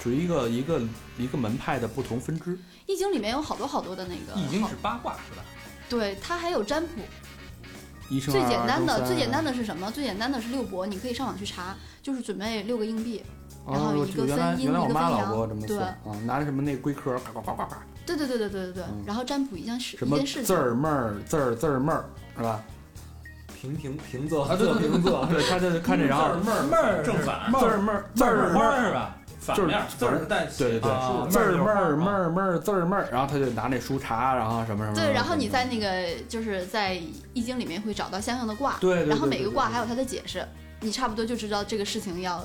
属于一个一个一个门派的不同分支。
易经里面有好多好多的那个，
易经
好
是八卦是吧？
对它还有占卜，
一生
最简单的最简单
的，
的是什么？最简单的是六博，你可以上网去查，就是准备六个硬币，
哦
然后
我
一
记
个
得原来
分阴
原来
一
我
个
妈
分
老
阳
给我这么
对
算啊，拿着什么那龟壳，呱呱呱呱呱，
对对对对对对对，
嗯
然后占卜一件事
什
一
么
件事
字
情，
儿妹儿字儿字儿妹儿是吧？
平平平仄
啊对
仄
对
平仄，
对，他 就看着，然后
字儿妹儿正反
字儿妹儿字
字
儿
儿
妹
花
儿，
儿是吧？
反
就是
面字儿带
对对对，
啊
字儿
就是
妹
花
儿
儿
妹
嘛
儿妹儿字儿妹儿，然后他就拿那书查，然后什么什么。
对，然后你在那
个
个就是在易经里面会找到相应的卦，
对对对
然后每
对
个
对
卦
对
还有它的解释，你差不多就知道这个事情要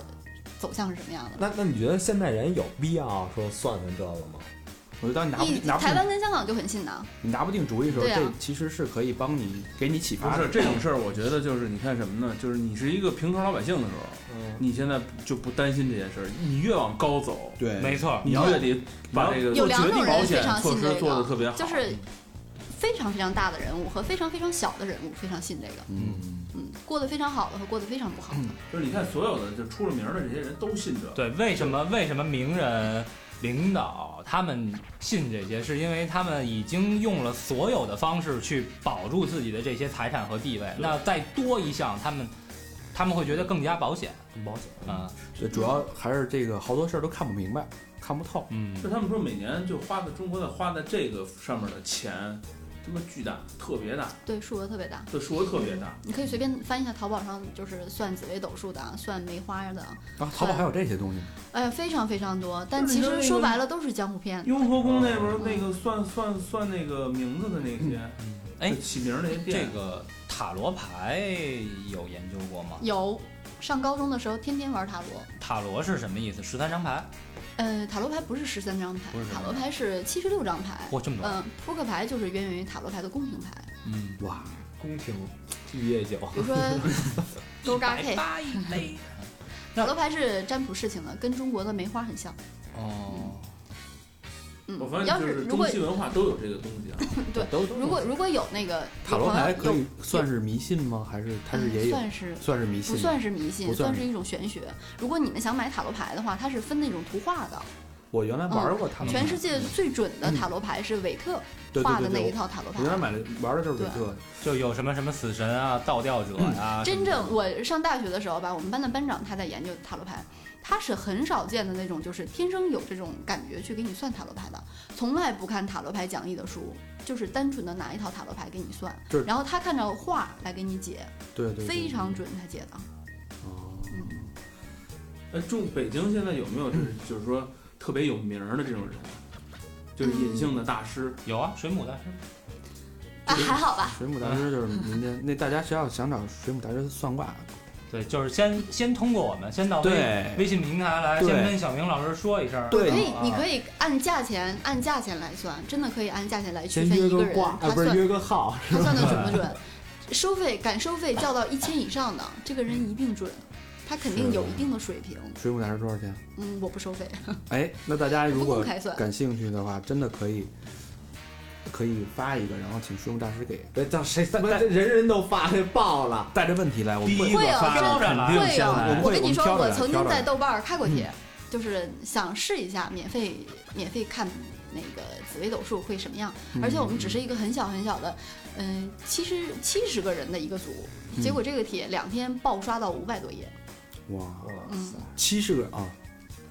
走向是什么样的了。
那那你觉得现代人有必要说算算这个吗？
我就当你拿不
一
定拿不
台湾
定
跟香港就很信呐，
你拿不定主意的时候，
对啊
这其实是可以帮你给你启
不
发的。
是这种事儿，我觉得就是你看什么呢？就是你是一个平头老百姓的时候，
嗯，
你现在就不担心这件事儿，你越往高走，
对，
没错，
你越得把这个做
有两
决
种
定
人
保
非
险
常
措
信这
施做的特别
个，
好，
就是非常非常大的人物和非常非常小的人物非常信这个，
嗯，
嗯，过得非常好的和过得非常不好的，
就是你看所有的就出了名儿的这些人都信这个。
对，为什么为什么名人领导他们信这些，是因为他们已经用了所有的方式去保住自己的这些财产和地位。那再多一项，他们他们会觉得更加保险
很保险。
啊。
对，主要还是这个好多事儿都看不明白，看不透。
嗯
就他们说每年就花在中国的花在这个上面的钱，他妈巨大，特别大，
对，数额特别大。
这数额特别大。
你可以随便翻一下淘宝上，就是算紫微斗数的啊，算梅花的啊，
啊，淘宝还有这些东西呢。
哎呀，非常非常多。但
就是
其
你说
实
那
说
个
白了都是江湖骗子。
雍和宫那边儿那个算算算那个名字的那些，
嗯
哎
就起名儿那些
这
店，啊
个塔罗牌有研究过吗？
有，上高中的时候天天玩塔罗。
塔罗是什么意思？十三张牌？
呃，塔罗牌不是十三张牌
不是，13
塔罗牌是七十六张牌。
嚯，这么
嗯、扑
多！
克牌就是渊源于塔罗牌的宫廷牌，
嗯，
哇，
宫廷玉液酒，
比如 说勾搭配。
八一杯。
塔罗牌是占卜事情的，跟中国的梅花很像。
哦，
嗯
我发，现
要
就是
如果
中西文化都有这个东西啊。
对，
都
如果如果有那个
塔罗牌可以算是迷信吗？还是它
有
是
朋友有
也有
嗯算是
算是迷信
不
吗？
算是迷
不
信，
算
算
是
是一种玄学。如果你们想买塔罗牌的话，它是分那种图画的，
我原来玩过塔罗牌，
嗯全世界最准的塔罗牌是韦特
嗯对
画
对
的
对
那
对
一套塔啊罗
我原来买
牌。
的玩的就是韦特的，
就有什么什么死神啊、倒吊者啊，
真正我上大学的时候吧，我们班的班长他在研究塔罗牌，他是很少见的那种，就是天生有这种感觉去给你算塔罗牌的，从来不看塔罗牌讲义的书，就是单纯的拿一套塔罗牌给你算
这，
然后他看着画来给你解，
对对，对
非常。准他解的。
哦
哎，中北京现在有没有就是就是说特别有名儿的这种人，啊就是隐性的大师？
有啊，水母大师，
啊，还好吧，
水母大师就是民间，那大家只要想找水母大师算卦，
对，就是先先通过我们，先到微
哎
对
微信平台来，
对
先跟小明老师说一声，
对
所以
啊
你可以按价钱按价钱来算，真的可以按价钱来区
先
分
约
一个
个
人
卦，
他
啊，不是
算
约个号，
他算的准不准？收费敢收费叫到一千以上的，这个人一定准，他肯定有一定的水平。
水母大师多少钱？
嗯，我不收费，
哎，那大家如
不公
果
开算。
感兴趣的话，真的可以可以发一个，然后请水母大师给
对，叫谁？他妈这人人都发，这爆了。
带着问题来，我们
第一
会
个
会有
发
飘
的
着
肯
来
定
会
先
有
我们
来
会，
我跟你说，
挑着
我
来
曾
挑
经
着来
在豆瓣儿开过帖，就是想试一下免费免费看那个紫微斗数会什么样。
嗯
而且我们只是一个很小很小的，嗯，七十七十个人的一个组，结果这个帖两天爆刷到五百多页，
哇，
啊
哇
嗯
塞，
七十个啊！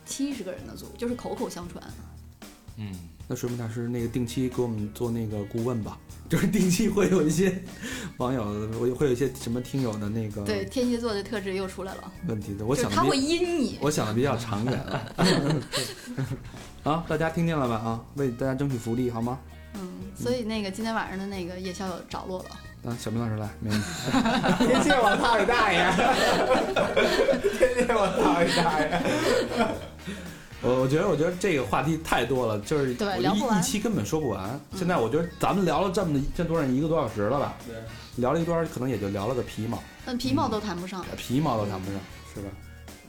七十个人的组就是口口相传。
嗯，
那水母大师那个定期给我们做那个顾问吧，就是定期会有一些 网友，我会有一些什么听友的那个
对，天蝎座的特质又出来了，
问题的，我
就是
想
他
的
会
比
阴你。
我想的比较长远 了。啊，大家听见了吧？啊，为大家争取福利好吗？
嗯，所以那个今天晚上的那个夜宵有着落了。
啊，小明老师来，没问题。
天蝎我操你大爷！ 天蝎我操你大爷！
我我觉得，我觉得这个话题太多了，就是
对
我
聊不
一
完
一期根本说不完。
嗯
现在我觉得咱们聊了这么这多少一个多小时了吧？
对，
聊了一个多小时，可能也就聊了个皮毛，
但皮毛都谈不上，
皮毛都谈不上，是吧？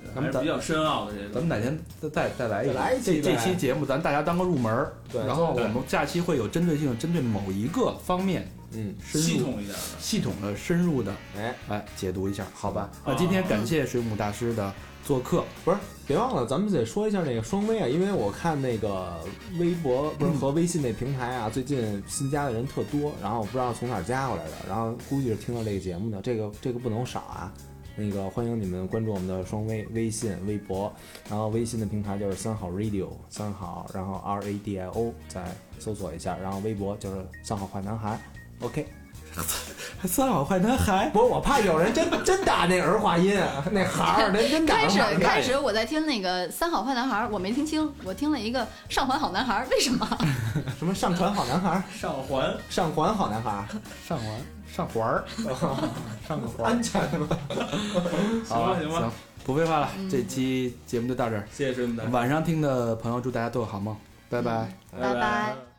咱
还
们
是比较深奥的这
咱
个。
们哪天再再再来一
再来一
期
期
这这
呗
期节目，咱大家当个入门儿
对
然后我们下期会有针对性地针对某一个方面
嗯，
深入
系统一点的，
系统的深入的
哎，
来解读一下，好吧？那今天感谢水母大师的做客，
不是，别忘了，咱们得说一下那个双微啊，因为我看那个微博不是和微信那平台啊，最近新加的人特多，然后我不知道从哪儿加过来的，然后估计是听到这个节目的，这个这个不能少啊。那个欢迎你们关注我们的双微微信、微博，然后微信的平台就是三好 radio 三好，然后 R A D I O 再搜索一下，然后微博就是三好坏男孩。OK，
还算好坏男孩，
不是我怕有人真真打那儿化音，啊那孩儿人真打
开
儿
始
化音。
开始我在听那个《三好坏男孩》，我没听清，我听了一个《上环好男孩》，为什么？
什么上传好男孩儿，
上环
上环好男孩儿。
上环上环儿，上个环 儿
安全 吗？
行吧行吧
行，不废话了，
嗯
这期节目就到这儿。
嗯
谢谢水母大师，
晚上听的朋友，祝大家都有好梦，拜拜。
拜拜
拜。